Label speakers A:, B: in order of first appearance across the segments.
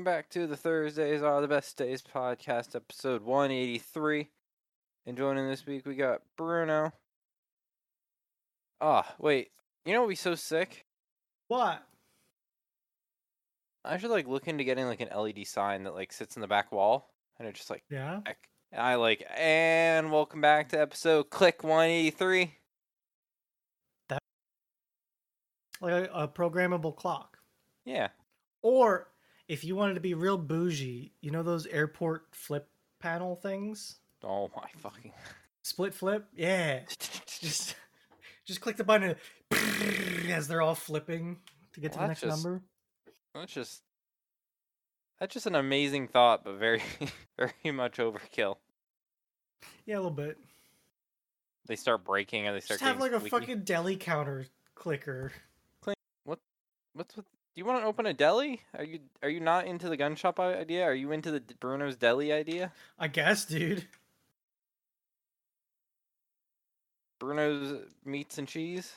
A: back to the Thursdays Are the Best Days podcast, episode 183. And joining this week, we got Bruno. Ah, wait. You know what would be so sick?
B: What?
A: I should like look into getting like an LED sign that like sits in the back wall and it just like
B: Yeah.
A: click. And I like and welcome back to episode click 183.
B: Like a, a programmable clock.
A: Yeah.
B: Or if you wanted to be real bougie, you know those airport flip panel things?
A: Oh my fucking.
B: Split flip? Yeah. Just just click the button and as they're all flipping to get to
A: Well,
B: the
A: that's
B: next
A: just-
B: number.
A: That's just That's just an amazing thought, but very very much overkill.
B: Yeah, a little bit.
A: They start breaking and they start
B: Just have
A: getting
B: like a
A: squeaky.
B: fucking deli counter clicker.
A: What's with do you want to open a deli? Are you are you not into the gun shop i- idea? Are you into the d- Bruno's deli idea?
B: I guess, dude.
A: Bruno's meats and cheese?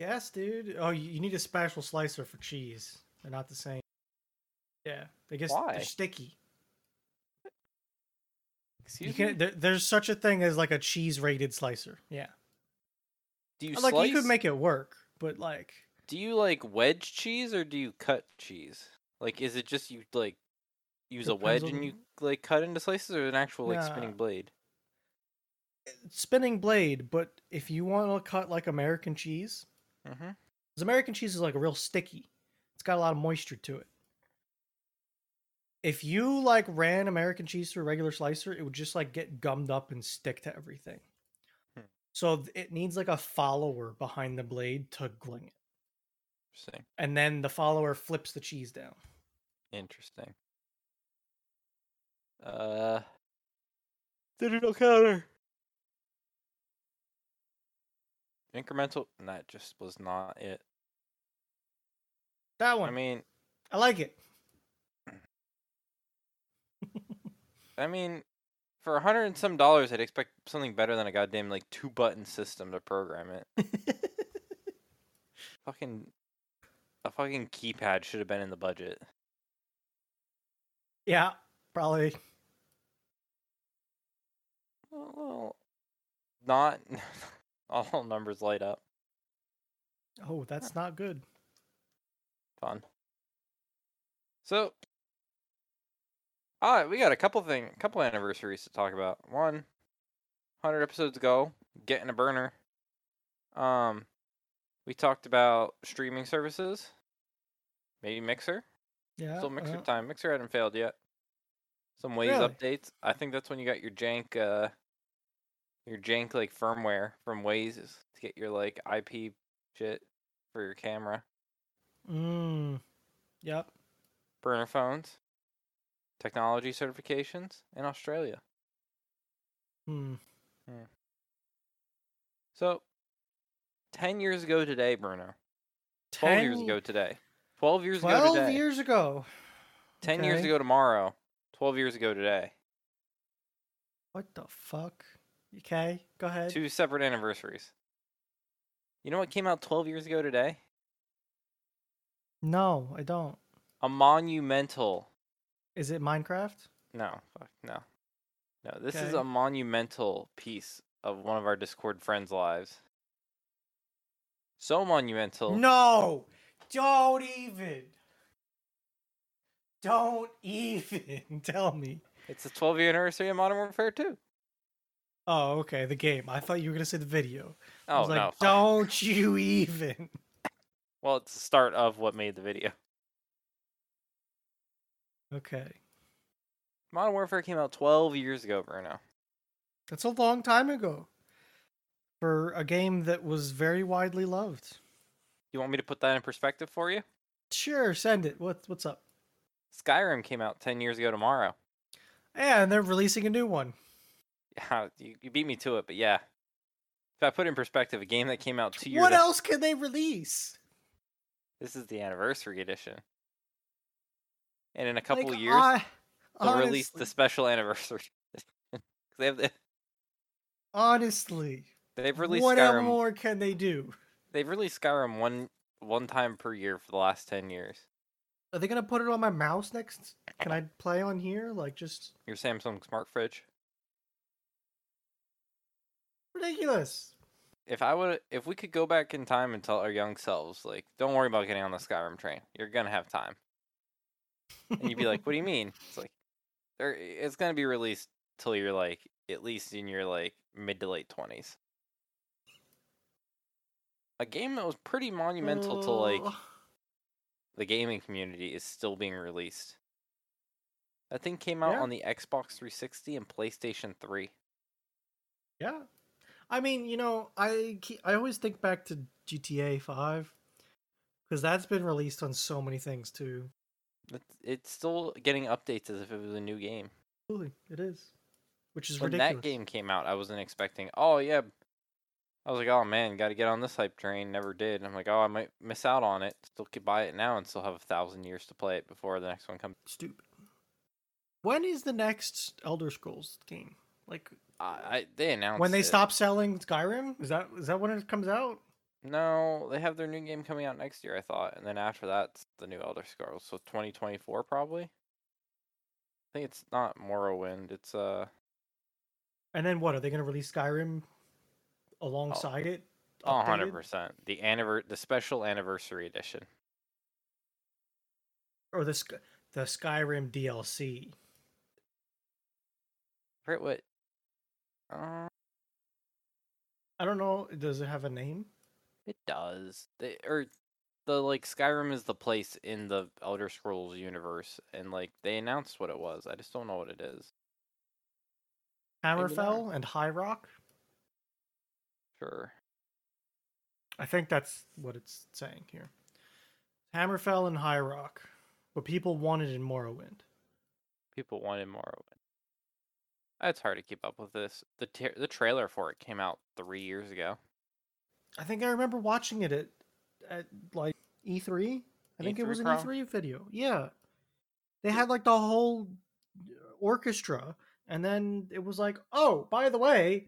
B: Yes, dude. Oh, you you need a special slicer for cheese. They're not the same. Yeah, I guess
A: Why?
B: they're sticky. You
A: Excuse
B: can
A: me.
B: there, there's such a thing as like a cheese rated slicer. Yeah,
A: Do you
B: like
A: slice?
B: you could make it work, but like
A: Do you like wedge cheese or do you cut cheese? Like, is it just you like use a wedge
B: Depends
A: and
B: on-
A: you like cut into slices, or an actual like spinning
B: Nah.
A: blade?
B: spinning blade. But if you want to cut like American cheese,
A: Mm-hmm.
B: 'cause American cheese is like real sticky. It's got a lot of moisture to it. If you like ran American cheese through a regular slicer, it would just like get gummed up and stick to everything.
A: Hmm.
B: So th- it needs like a follower behind the blade to gling it,
A: Interesting.
B: and then the follower flips the cheese down.
A: Interesting. Uh, digital counter. Incremental. and That just was not it.
B: That one,
A: I
B: I,
A: mean,
B: like it.
A: I mean, for a hundred and some dollars, I'd expect something better than a goddamn like two button system to program it. Fucking a fucking keypad should have been in the budget.
B: yeah, probably.
A: Well, not all numbers light up.
B: Oh, that's not good.
A: Fun. So, all right, we got a couple thing, couple anniversaries to talk about. One, hundred episodes ago, getting a burner. Um, we talked about streaming services, maybe Mixer.
B: Yeah.
A: Still Mixer
B: uh,
A: time. Mixer hadn't failed yet. Some ways
B: Really?
A: updates. I think that's when you got your jank, uh, your jank like firmware from Waze is to get your like IP shit for your camera.
B: Mm, yep.
A: Burner phones, technology certifications in Australia.
B: Hmm.
A: So, ten years ago today, Bruno. Twelve years
B: 10
A: ago today. Twelve years ago
B: Twelve
A: today.
B: years ago.
A: Ten years
B: okay.
A: ago tomorrow. Twelve years ago today.
B: What the fuck? Okay, go ahead.
A: Two separate anniversaries. You know what came out twelve years ago today?
B: No, I don't.
A: a monumental
B: Is it Minecraft?
A: no fuck no no this is a
B: Okay.
A: monumental piece of one of our discord friends lives so monumental
B: No. Don't even. Don't even tell me.
A: it's the 12 year anniversary of modern warfare 2
B: Oh, okay, the game. I thought you were gonna say the video. I
A: oh
B: was like,
A: no fuck.
B: don't you even.
A: well it's the start of what made the video
B: Okay.
A: modern warfare came out 12 years ago bruno
B: That's a long time ago. For a game that was very widely loved.
A: you want me to put that in perspective for you
B: Sure, send it. What what's up?
A: skyrim came out 10 years ago tomorrow
B: Yeah, and they're releasing a new one.
A: yeah you, you beat me to it but yeah if i put it in perspective a game that came out two years
B: What else can they release?
A: This is the anniversary edition. And in a couple
B: Like,
A: years,
B: I-
A: they'll release the
B: honestly-
A: special anniversary. 'Cause they have the,
B: Honestly,
A: they've released
B: what
A: Skyrim.
B: more can they do?
A: They've released Skyrim one one time per year for the last ten years.
B: Are they gonna put it on my mouse next? Can I play on here? Like just
A: Your Samsung smart fridge.
B: ridiculous.
A: If I would, if we could go back in time and tell our young selves, like, don't worry about getting on the Skyrim train. You're gonna have time. And you'd be like, what do you mean? It's like, there, it's gonna be released till you're like at least in your like mid to late twenties. A game that was pretty monumental to like
B: Oh.
A: the gaming community is still being released. That thing came out
B: Yeah.
A: on the Xbox 360 and PlayStation 3.
B: Yeah. I mean, you know, I ke- I always think back to GTA 5 cuz that's been released on so many things too.
A: It's- It's still getting updates as if it was a new game.
B: Really, it is. Which is
A: When
B: ridiculous.
A: that game came out, I wasn't expecting. Oh yeah, I was like, oh man, got to get on this hype train. Never did. And I'm like, oh, I might miss out on it. Still could buy it now and still have a thousand years to play it before the next one comes.
B: Stupid. When is the next Elder Scrolls game? Like
A: I, I they announced
B: when they
A: it.
B: stop selling Skyrim? Is that is that when it comes out?
A: No, they have their new game coming out next year, I thought, and then after that's the new Elder Scrolls. So 2024 probably. I think it's not Morrowind. It's uh
B: And then what? Are they going to release Skyrim alongside it?
A: oh, 100
B: updated?
A: percent the anniver- the special anniversary edition.
B: Or the Sk- the Skyrim DLC?
A: I forget what. Uh,
B: I don't know. Does it have a name?
A: it does. They or the like Skyrim is the place in the Elder Scrolls universe, and like they announced what it was. I just don't know what it is. Maybe not.
B: Hammerfell and High Rock.
A: Sure.
B: I think that's what it's saying here. Hammerfell and High Rock, what people wanted in Morrowind.
A: people wanted Morrowind. It's hard to keep up with this. The ter- the trailer for it came out three years ago.
B: I think I remember watching it at, at like E3. I think it
A: E3
B: was an
A: Pro?
B: E3 video. Yeah. They had like the whole orchestra, and then it was like, oh, by the way,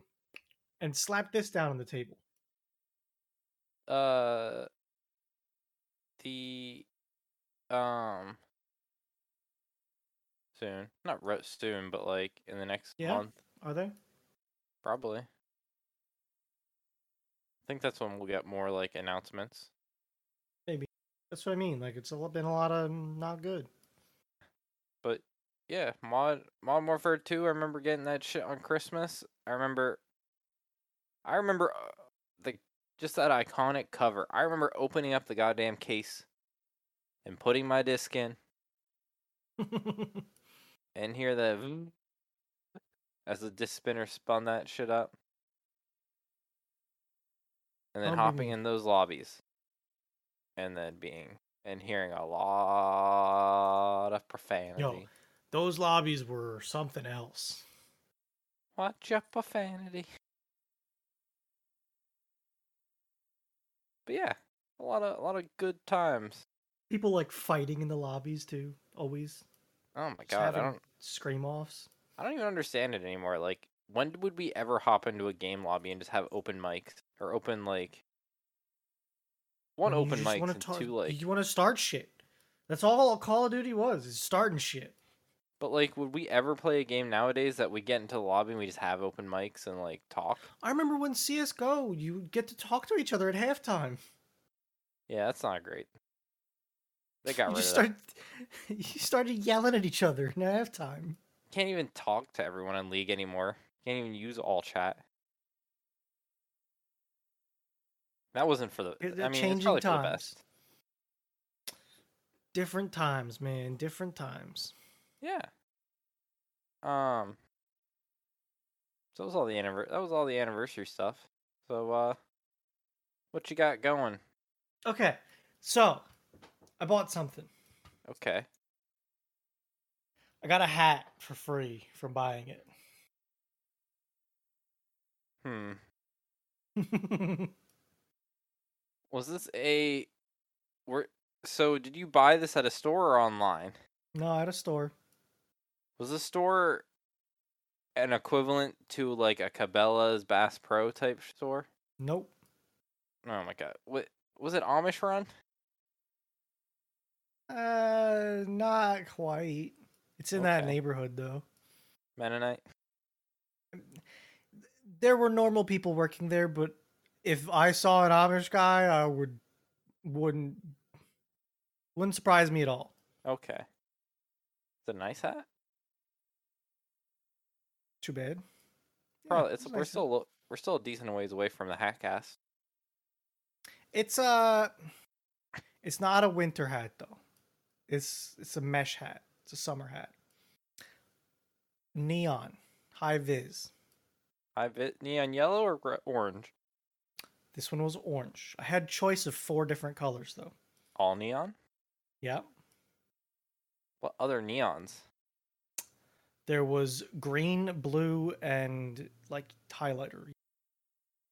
B: and slap this down on the table.
A: Uh, the um soon, not re- soon, but like in the next
B: Yeah.
A: month
B: Are they?
A: probably. I think that's when we'll get more like announcements.
B: That's what I mean. Like, it's a lo- been a lot of mm, not good.
A: But yeah, Mod Mod Warfare 2, I remember getting that shit on Christmas. I remember I remember uh, the just that iconic cover. I remember opening up the goddamn case and putting my disc in and hear the
B: Mm-hmm.
A: vroom as the disc spinner spun that shit up. And then hopping
B: Unbelievable.
A: in those lobbies. And then being and hearing a lot of profanity.
B: Those lobbies were something else.
A: Watch your profanity. But yeah, a lot of a lot of good times.
B: People like fighting in the lobbies too. Always
A: Oh my
B: Just
A: god, I
B: having-
A: don't
B: scream offs.
A: I don't even understand it anymore. Like when d- would we ever hop into a game lobby and just have open mics or open like one
B: I mean, you
A: open
B: just
A: mic
B: wanna
A: and
B: talk-
A: two like
B: you want to start shit. That's all Call of Duty was is starting shit.
A: but like would we ever play a game nowadays that we get into the lobby and we just have open mics and like talk?
B: I remember when CS:GO, you would get to talk to each other at halftime.
A: Yeah, that's not great. They got
B: you
A: rid of
B: just
A: that.
B: started, you started yelling at each other in halftime.
A: can't even talk to everyone in League anymore. Can't even use all chat. That wasn't for the.
B: They're
A: I mean, it's
B: changing
A: probably for the
B: times.
A: best.
B: Different times, man. Different times.
A: Yeah. Um. So that was all the anniver- That was all the anniversary stuff. So, uh, what you got going?
B: Okay, so I bought something.
A: Okay.
B: I got a hat for free from buying it.
A: Hmm.
B: no,
A: Was this a? Were so? Did you buy this at a store or online?
B: at a store.
A: Was the store an equivalent to like a Cabela's Bass Pro type store?
B: Nope.
A: Oh my god. What was it Amish run?
B: Uh, not quite. It's in that
A: Okay.
B: neighborhood though.
A: Mennonite.
B: There were normal people working there, but if I saw an Amish guy, I would wouldn't wouldn't surprise me at all.
A: Okay. It's a nice hat.
B: Too bad. Yeah,
A: Probably. it's,
B: it's
A: we're
B: nice.
A: still a lo- we're still a decent ways away from the hat cast.
B: It's uh it's not a winter hat though. It's it's a mesh hat. It's a summer hat. Neon, high viz.
A: I bit neon yellow or gr- orange.
B: This one was orange. I had choice of four different colors though.
A: All neon.
B: Yep.
A: What other neons?
B: There was green, blue, and like highlighter.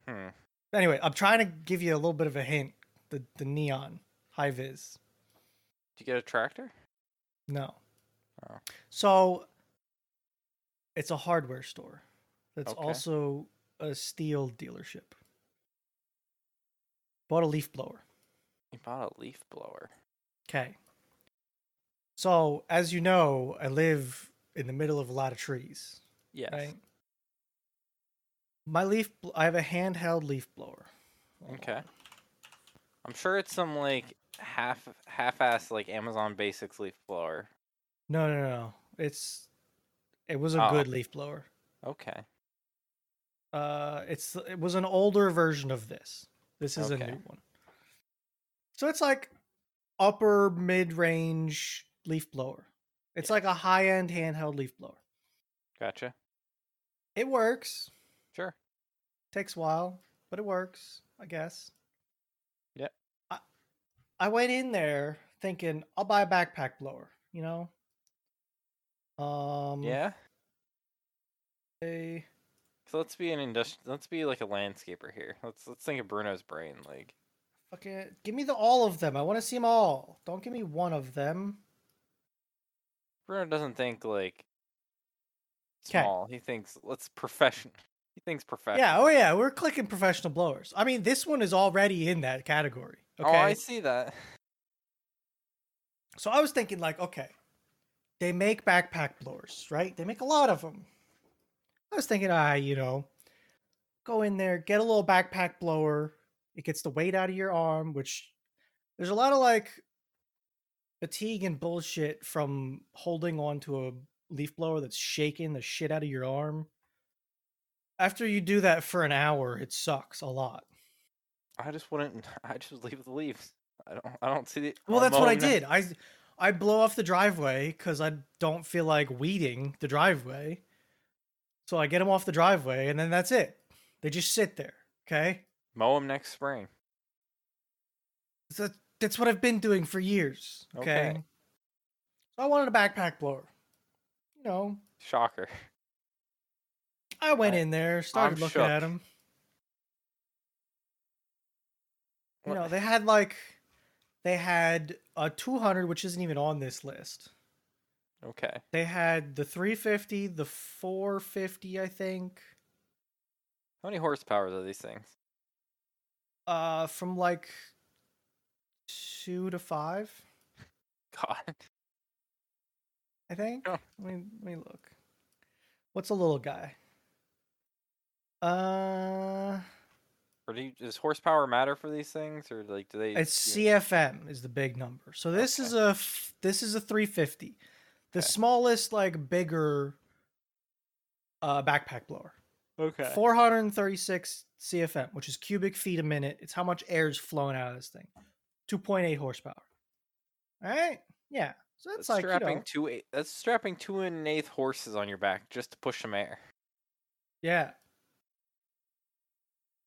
A: Hmm.
B: Anyway, I'm trying to give you a little bit of a hint. The the neon high viz.
A: Did you get a tractor?
B: No.
A: Oh.
B: So it's a hardware store. That's
A: Okay.
B: also a steel dealership. Bought a leaf blower.
A: You bought a leaf blower.
B: Okay. So as you know, I live in the middle of a lot of trees.
A: Yes.
B: Right. My leaf. bl- I have a handheld leaf blower. Hold
A: Okay.
B: on.
A: I'm sure it's some like half half-ass like Amazon Basics leaf blower.
B: No, no, no, no. It's. It was a
A: Oh.
B: good leaf blower.
A: Okay.
B: Uh, it's it was an older version of this. This is
A: Okay.
B: a new one. So it's like upper mid range leaf blower. It's like a high end handheld leaf blower.
A: Gotcha.
B: It works.
A: Sure.
B: Takes a while, but it works, I guess.
A: Yep.
B: I, I went in there thinking I'll buy a backpack blower, you know. Um
A: Yeah.
B: I-
A: So let's be an industri- Let's be like a landscaper here. Let's let's think of Bruno's brain. Like
B: fucking give me the all of them. I want to see them all. Don't give me one of them.
A: Bruno doesn't think like
B: 'Kay.
A: small. He thinks let's profession. He thinks profession.
B: Yeah, oh yeah, we're clicking professional blowers. I mean, this one is already in that category. Okay.
A: Oh, I see that.
B: So I was thinking, like, okay, they make backpack blowers, right? They make a lot of them. I was thinking, ah, you know, go in there, get a little backpack blower. It gets the weight out of your arm, which there's a lot of like fatigue and bullshit from holding onto a leaf blower that's shaking the shit out of your arm. After you do that for an hour, it sucks a lot.
A: I just wouldn't. I just would leave the leaves. I don't. I don't see the.
B: Well, that's what I
A: hormone-
B: did. I I blow off the driveway because I don't feel like weeding the driveway. So I get them off the driveway, and then that's it. They just sit there. Okay,
A: Mow them next spring.
B: so that's what I've been doing for years. Okay,
A: Okay.
B: so I wanted a backpack blower. You know,
A: Shocker.
B: I went
A: I-
B: in there, started
A: I'm
B: looking at 'em. at
A: shook.
B: them. You
A: What-
B: know, they had like they had a 200, which isn't even on this list.
A: Okay.
B: They had the 350, the 450, I think,
A: How many horsepowers are these things?
B: uh, from like two to five,
A: God.
B: I think.
A: Yeah.
B: Let me let me look. What's a little guy? Uh,
A: Or do you, does horsepower matter for these things, or like do they?
B: it's
A: do you-
B: CFM is the big number. So this is a f- this is a 350, the
A: Okay.
B: smallest like bigger uh backpack blower.
A: okay.
B: 436 CFM, which is cubic feet a minute. It's how much air is flowing out of this thing. 2.8 horsepower. All right. Yeah. So that's,
A: That's
B: like, you
A: strapping
B: know,
A: two. eight- That's strapping two and an eighth horses on your back just to push some air.
B: yeah.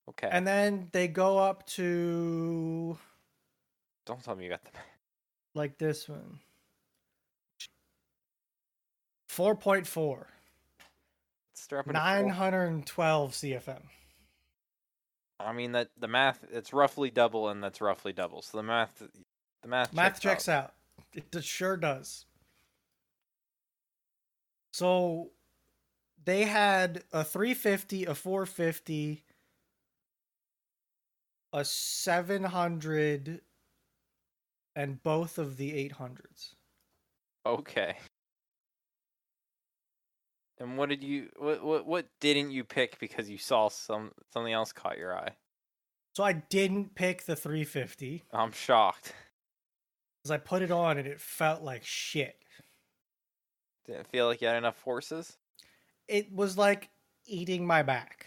A: Okay.
B: And then they go up to
A: don't tell me you got the.
B: like this one 4.4,
A: Strapping a full-
B: 912 CFM.
A: I mean that the math. It's roughly double, and that's roughly double. So the math. The math.
B: Math checks out. It d- sure does. So they had a 350, a 450, a 700, and both of the 800s.
A: Okay. And what did you what what what didn't you pick because you saw some something else caught your eye?
B: So I didn't pick the 350
A: I'm shocked.
B: because I put it on and it felt like shit.
A: Didn't feel like you had enough horses.
B: It was like eating my back.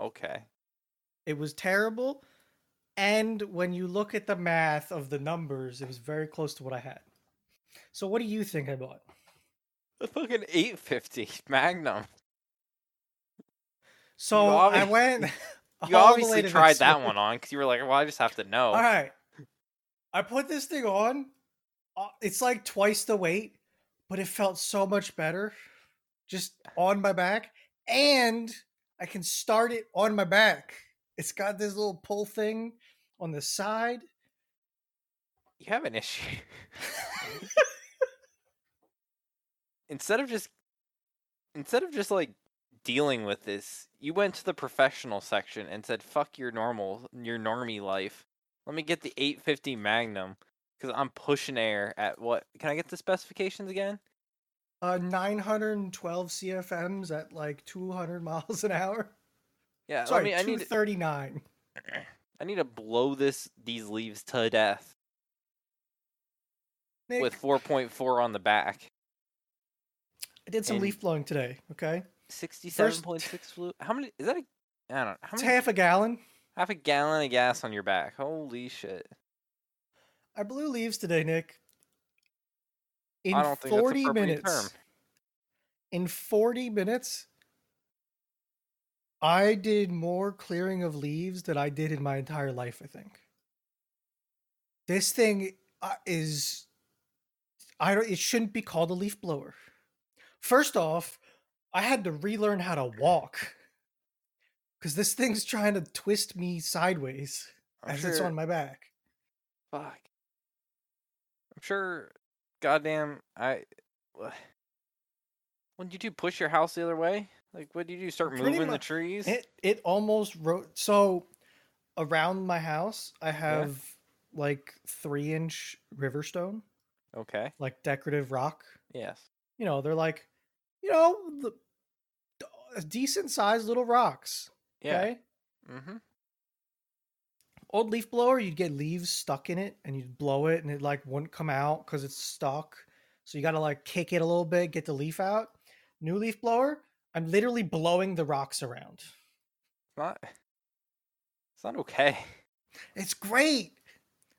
A: Okay.
B: It was terrible. And when you look at the math of the numbers, it was very close to what I had. So what do you think I bought?
A: A fucking 850 Magnum.
B: So I
A: obvi-
B: went.
A: You
B: all the way
A: obviously
B: to
A: tried
B: this
A: that
B: one.
A: one on because you were like, "Well, I just have to know."
B: All right. I put this thing on. uh, It's like twice the weight, but it felt so much better just on my back. And I can start it on my back. It's got this little pull thing on the side.
A: You have an issue. instead of just instead of just like dealing with this, you went to the professional section and said, "Fuck your normal, your normie life. Let me get the 850 Magnum because I'm pushing air at what? Can I get the specifications again?
B: Uh, 912 CFMs at like 200 miles an hour.
A: Yeah,
B: Sorry,
A: Uh, let me. I need. to-
B: 239.
A: I need to blow this these leaves to death
B: Nick,
A: with 4.4 on the back.
B: I did some
A: and-
B: leaf blowing today, okay?
A: 67.6 flu. How many is that? A, I don't know. How
B: It's
A: many, half,
B: half a gallon.
A: a gallon of gas on your back. Holy shit!
B: I blew leaves today, Nick. In
A: I don't think that's
B: forty
A: appropriate
B: minutes.
A: term.
B: In forty minutes, I did more clearing of leaves than I did in my entire life. I think this thing uh, is. I don't. It shouldn't be called a leaf blower. First off, I had to relearn how to walk because this thing's trying to twist me sideways
A: I'm
B: as
A: sure,
B: it's on my back.
A: Fuck. I'm sure. Goddamn. I. What did you do? Push your house the other way? Like, what did you do? Start
B: Pretty
A: moving the
B: much-
A: trees?
B: It it almost wrote so around my house I have like three inch riverstone,
A: okay.
B: like decorative rock.
A: Yes.
B: You know, they're like, you know, the, the- decent sized little rocks.
A: Yeah.
B: Okay.
A: Mm-hmm.
B: Old leaf blower, you'd get leaves stuck in it and you'd blow it and it like wouldn't come out because it's stuck. So you gotta like kick it a little bit, get the leaf out. New leaf blower, I'm literally blowing the rocks around.
A: Not. It's not okay.
B: It's great.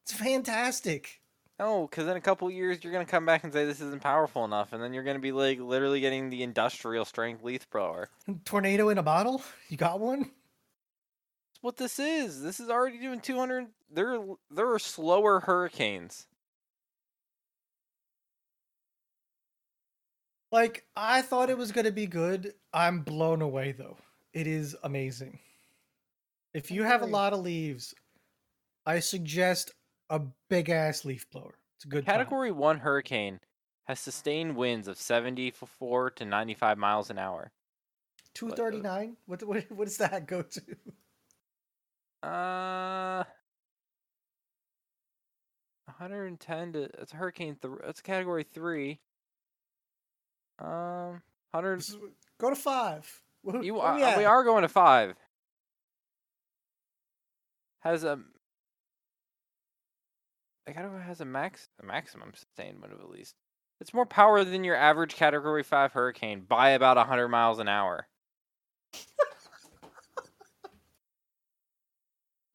B: It's fantastic.
A: No, because in a couple years you're gonna come back and say this isn't powerful enough, and then you're gonna be like literally getting the industrial strength leaf blower.
B: Tornado in a bottle? You got one?
A: That's what this is. This is already doing 200. There, are l- there are slower hurricanes.
B: Like, I thought it was going to be good. I'm blown away, though. It is amazing. If you have a
A: Okay.
B: lot of leaves, I suggest a big ass leaf blower. It's a good time.
A: Category one hurricane has sustained winds of 74 to 95 miles an hour.
B: 239? What, what, what does that go to?
A: Uh, 110 to it's a hurricane. Th- it's category three. Um, 100.
B: This is- Go to five. Wh-
A: You
B: where
A: are,
B: at?
A: we are going to five. Has a I gotta has a max a maximum sustained wind of at least. It's more power than your average category five hurricane by about hundred miles an hour.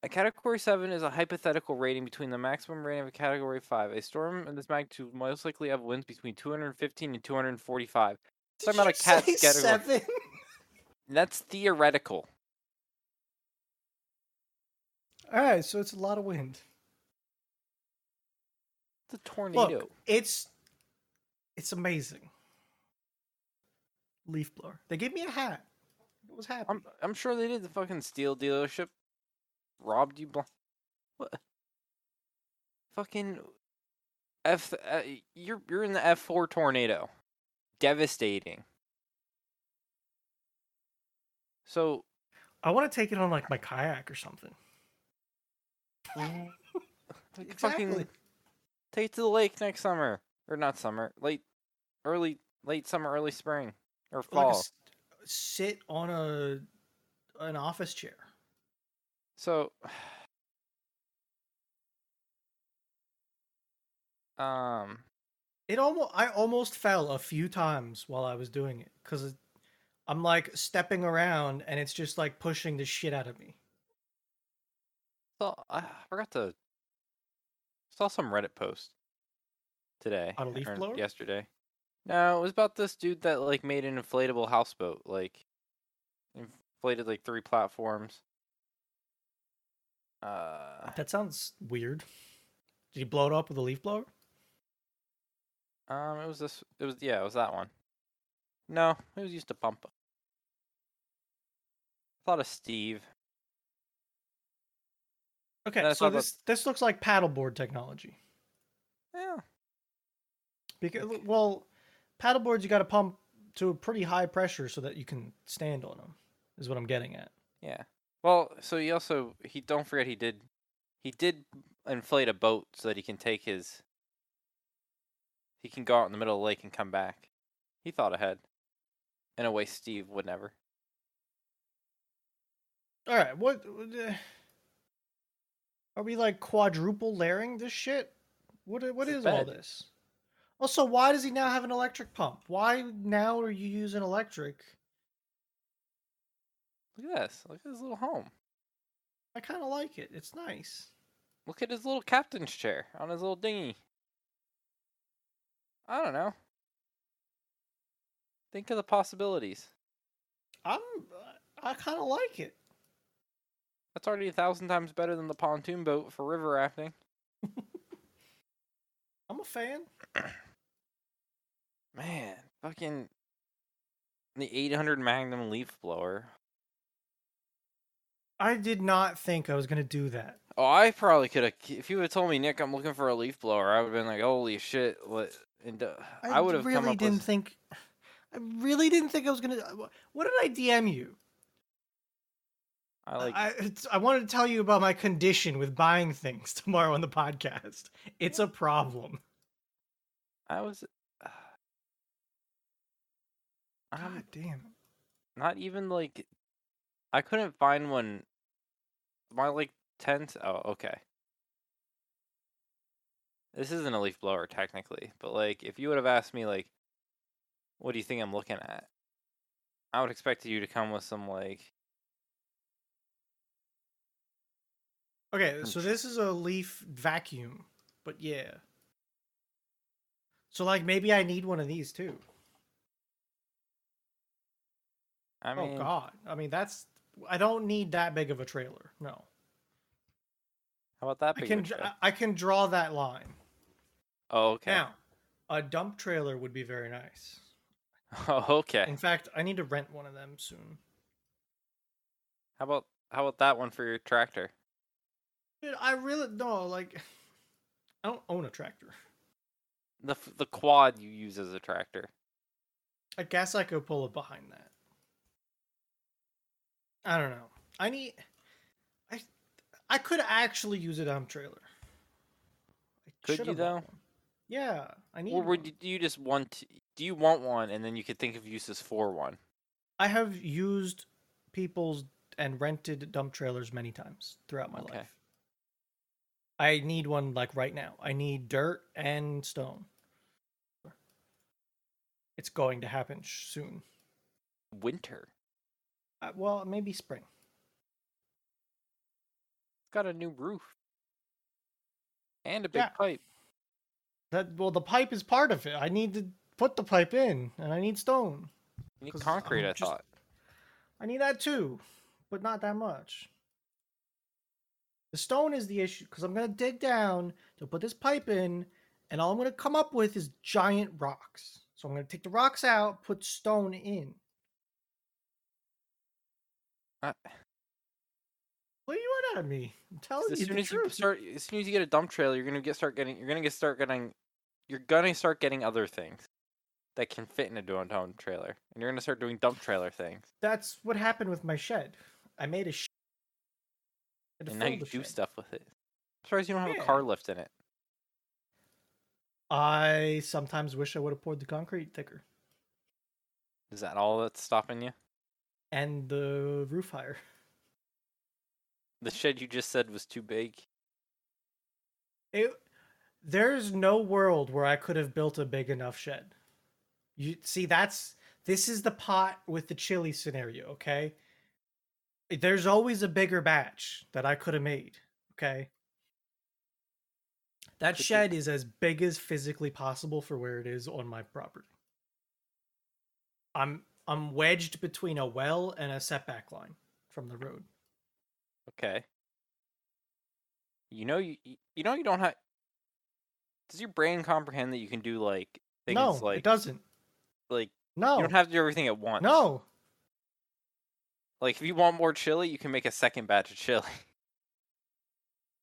A: a category seven is a hypothetical rating between the maximum rating of a category five. A storm of this magnitude will most likely have winds between two hundred and fifteen and two hundred and forty five.
B: Did
A: talking about
B: you
A: a cat's
B: say
A: category.
B: Seven?
A: That's theoretical.
B: All right, so it's a lot of wind.
A: It's a tornado.
B: Look, it's it's amazing. Leaf blower. They gave me a hat. It was happy.
A: I'm I'm sure they did. The fucking steel dealership robbed you. Bl- what? Fucking F. Uh, you're you're in the F four tornado. Devastating. So
B: I want to take it on like my kayak or something.
A: like, fucking Take it to the lake next summer, or not summer, late, early, late summer, early spring, or
B: Or
A: fall.
B: Like a s- sit on a an office chair.
A: So, um,
B: It almost I almost fell a few times while I was doing it because I'm like stepping around and it's just like pushing the shit out of me.
A: saw I forgot to saw some Reddit post today
B: On a leaf
A: or
B: blower?
A: yesterday. No, it was about this dude that like made an inflatable houseboat, like inflated like three platforms. Uh,
B: That sounds weird. Did you blow it up with a leaf blower?
A: um, it was this. It was yeah, it was that one. No, it was used to pump. I thought of Steve.
B: Okay,
A: That's
B: so
A: not a-
B: this this looks like paddleboard technology.
A: Yeah,
B: Because
A: Okay.
B: well, paddleboards you got to pump to a pretty high pressure so that you can stand on them. Is what I'm getting at.
A: Yeah. Well, so he also he don't forget he did he did inflate a boat so that he can take his he can go out in the middle of the lake and come back. He thought ahead. In a way Steve would never.
B: All right, what uh, are we like quadruple layering this shit? What i- what
A: It's
B: is all
A: bad.
B: this? Also, why does he now have an electric pump? Why now are you using electric?
A: Look at this. Look at his little home.
B: I kind of like it. It's nice.
A: Look at his little captain's chair on his little dinghy. I don't know. Think of the possibilities.
B: I'm I kind of like it.
A: That's already a thousand times better than the pontoon boat for river rafting.
B: I'm a fan.
A: Man, fucking the 800 Magnum leaf blower.
B: I did not think I was gonna do that.
A: Oh, I probably could have. If you would told me, Nick, I'm looking for a leaf blower, I would have been like, holy shit. What? And uh, I, would have
B: really
A: come up
B: didn't
A: with.
B: think. I really didn't think I was gonna. wh- What did I DM you?
A: I like.
B: I, it's- I wanted to tell you about my condition with buying things tomorrow on the podcast. It's a problem.
A: I was. uh, I'm
B: God damn. it.
A: not even like. I couldn't find one. My like tent. Oh, okay. This isn't a leaf blower technically, but like if you would have asked me like, what do you think I'm looking at? I would expect you to come with some like
B: Okay,
A: Hmm.
B: so this is a leaf vacuum, but yeah. So like maybe I need one of these too.
A: I mean
B: oh God, I mean that's I don't need that big of a trailer. No,
A: how about that
B: I
A: big
B: can
A: of a
B: dr-
A: trip?
B: I can draw that line.
A: Oh okay.
B: Now, a dump trailer would be very nice.
A: Oh okay.
B: In fact, I need to rent one of them soon.
A: How about how about that one for your tractor?
B: Dude, I really no like. I don't own a tractor.
A: The f- the quad you use as a tractor.
B: I guess I could pull it behind that. I don't know. I need. I I could actually use a dump trailer. I
A: Could
B: shoulda
A: you,
B: bought
A: though?
B: one. Yeah, I need.
A: Or would
B: one.
A: you, do you just want? To, do you want one, and then you could think of uses for one?
B: I have used people's and rented dump trailers many times throughout my
A: Okay.
B: life. I need one like right now. I need dirt and stone. It's going to happen sh- soon.
A: Winter.
B: Uh, well, maybe spring.
A: It's got a new roof and a big
B: Yeah.
A: pipe.
B: That well, the pipe is part of it. I need to put the pipe in, and I need stone.
A: You need
B: 'Cause
A: concrete,
B: I'm
A: I
B: just-
A: thought.
B: I need that too, but not that much. The stone is the issue because I'm gonna dig down to put this pipe in, and all I'm gonna come up with is giant rocks. So I'm gonna take the rocks out, put stone in.
A: Uh,
B: What are you want out of me? I'm telling
A: 'cause
B: you
A: as soon
B: the
A: as you
B: truth.
A: start, as soon as you get a dump trailer, you're gonna get start getting. You're gonna get start getting. You're gonna start getting other things that can fit in a dump dump trailer, and you're gonna start doing dump trailer things.
B: That's what happened with my shed. I made a shed. I had to
A: and now
B: fill
A: you
B: the
A: do
B: shed.
A: stuff with it. I'm surprised you don't have
B: Yeah.
A: a car lift in it.
B: I sometimes wish I would have poured the concrete thicker
A: Is that all that's stopping you?
B: and the roof higher.
A: The shed you just said was too big.
B: It, there's no world where I could have built a big enough shed. You see, that's this is the pot with the chili scenario, okay? There's always a bigger batch that I could have made, okay? That
A: Could you-
B: shed is as big as physically possible for where it is on my property. I'm I'm wedged between a well and a setback line from the road.
A: Okay. You know you you- you know you don't have. Does your brain comprehend that you can do like things
B: No,
A: like
B: it doesn't.
A: like
B: No.
A: you don't have to do everything at once?
B: no.
A: Like if you want more chili, you can make a second batch of chili.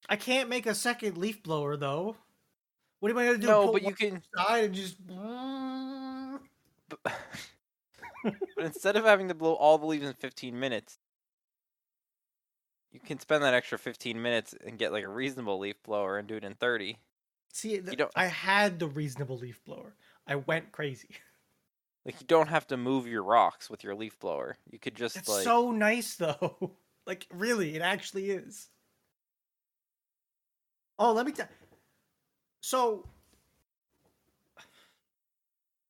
B: I can't make a second leaf blower though. What am I gonna do?
A: no,
B: Put
A: but you
B: one
A: can.
B: side and just mm,
A: But, but instead of having to blow all the leaves in 15 minutes, you can spend that extra 15 minutes and get like a reasonable leaf blower and do it in 30.
B: see. th-
A: don't-
B: I had the reasonable leaf blower. I went crazy.
A: Like you don't have to move your rocks with your leaf blower. You could just
B: It's
A: like
B: so nice though. Like really, it actually is. Oh, let me tell. So,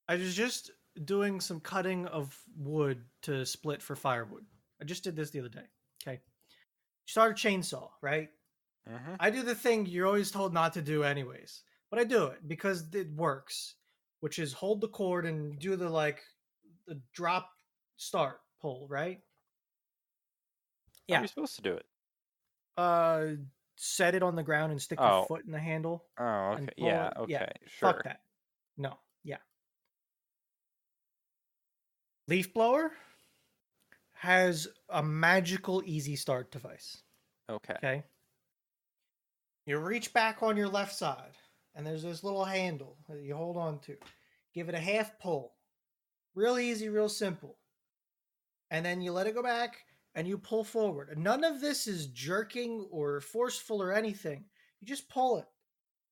B: I was just doing some cutting of wood to split for firewood. I just did this the other day. Okay, start a chainsaw, right?
A: Mhm.
B: I do the thing you're always told not to do, anyways. But I do it because it works, which is hold the cord and do the like the drop start pull, right?
A: How are
B: Yeah.
A: you supposed to do it?
B: Uh, set it on the ground and stick
A: Oh.
B: your foot in the handle.
A: Oh, okay.
B: and pull
A: Yeah,
B: it-
A: okay.
B: yeah,
A: Sure.
B: Fuck that. No. Yeah. Leaf blower has a magical easy start device.
A: Okay.
B: Okay. You reach back on your left side, and there's this little handle that you hold on to. Give it a half pull. Real easy, real simple. And then you let it go back and you pull forward. And None of this is jerking or forceful or anything. You just pull it.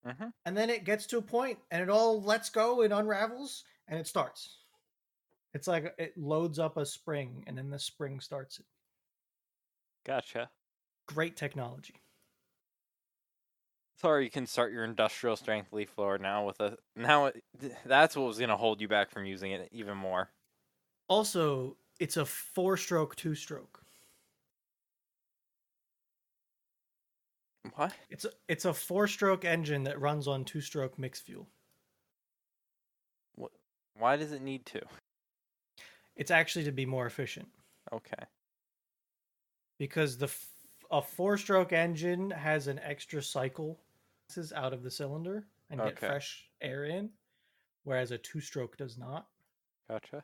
A: Mhm.
B: And then it gets to a point and it all lets go, it unravels, and it starts. It's like it loads up a spring and then the spring starts it.
A: Gotcha.
B: Great technology.
A: Sorry, you can start your industrial strength leaf blower now with a now. It, th- that's what was gonna hold you back from using it even more.
B: Also, it's a four stroke, two stroke.
A: What?
B: It's a, it's a four stroke engine that runs on two stroke mixed fuel.
A: Why does it need to?
B: It's actually to be more efficient
A: Okay.
B: because the f- a four stroke engine has an extra cycle This is out of the cylinder and get
A: Okay.
B: fresh air in, whereas a two stroke does not.
A: Gotcha.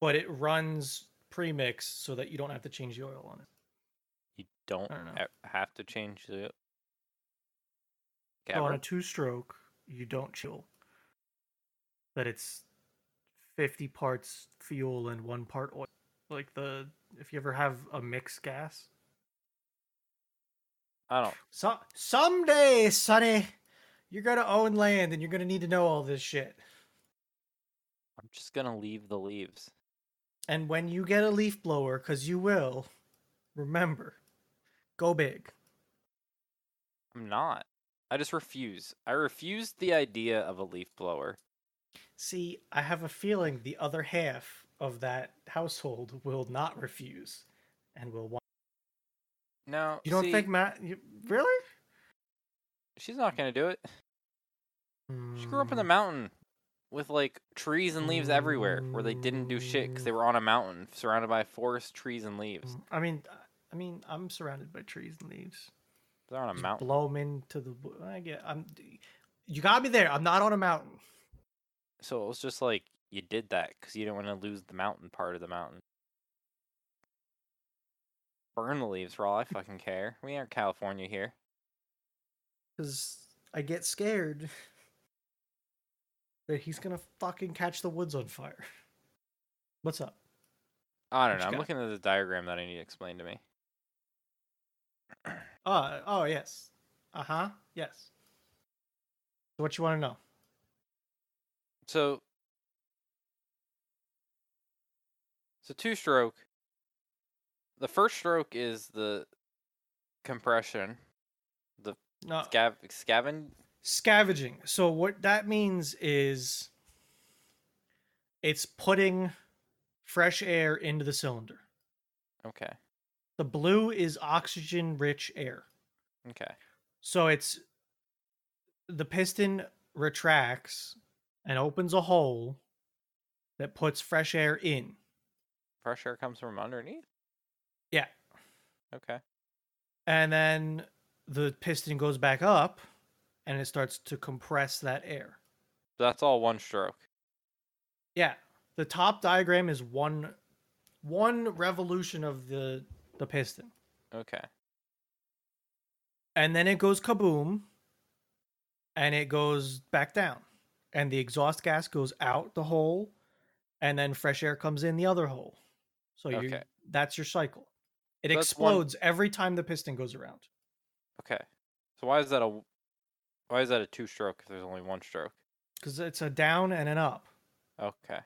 B: But it runs premix so that you don't have to change the oil on it.
A: You don't
B: I dunno.
A: e- have to change the.
B: So on
A: Ever?
B: a two stroke, you don't chill. But it's 50 parts fuel and one part oil. Like the, if you ever have a mixed gas.
A: I don't.
B: So, someday, Sonny, you're going to own land and you're going to need to know all this shit.
A: I'm just gonna leave the leaves.
B: And when you get a leaf blower, because you will, remember, go big.
A: I'm not. I just refuse. I refused the idea of a leaf blower.
B: See, I have a feeling the other half of that household will not refuse and will want.
A: No.
B: You don't
A: see,
B: think Matt, you, really?
A: she's not gonna do it? She grew up in the
B: Mm,
A: mountain with like trees and leaves everywhere where they didn't do shit because they were on a mountain surrounded by forest, trees, and leaves.
B: mm, I mean, I mean, I'm surrounded by trees and leaves.
A: They're on a
B: Just
A: mountain.
B: blow 'em into the. w- I get. I'm. You got me there. I'm not on a mountain.
A: So it was just like you did that because you didn't want to lose the mountain part of the mountain. Burn the leaves for all I fucking care. We aren't California here.
B: Because I get scared that he's gonna fucking catch the woods on fire. What's up?
A: I don't
B: What
A: know.
B: you
A: I'm
B: got?
A: looking at the diagram that I need explained to me.
B: Uh, oh, yes. Uh huh. Yes. Uh-huh. what you want to know?
A: So it's a two stroke. The first stroke is the compression,
B: No,
A: scav- scaven.
B: scavenging. So what that means is it's putting fresh air into the cylinder.
A: Okay,
B: The blue is oxygen rich air.
A: okay,
B: So it's the piston retracts and opens a hole that puts fresh air in.
A: fresh air comes from underneath.
B: Yeah.
A: Okay.
B: And then the piston goes back up and it starts to compress that air.
A: That's all one stroke.
B: Yeah. The top diagram is one one revolution of the the piston.
A: Okay.
B: And then it goes kaboom and it goes back down. And the exhaust gas goes out the hole and then fresh air comes in the other hole. So you
A: Okay.
B: that's your cycle. It
A: So that's one-
B: explodes every time the piston goes around.
A: Okay. So why is that a w- why is that a two stroke if there's only one stroke?
B: Because it's a down and an up.
A: Okay.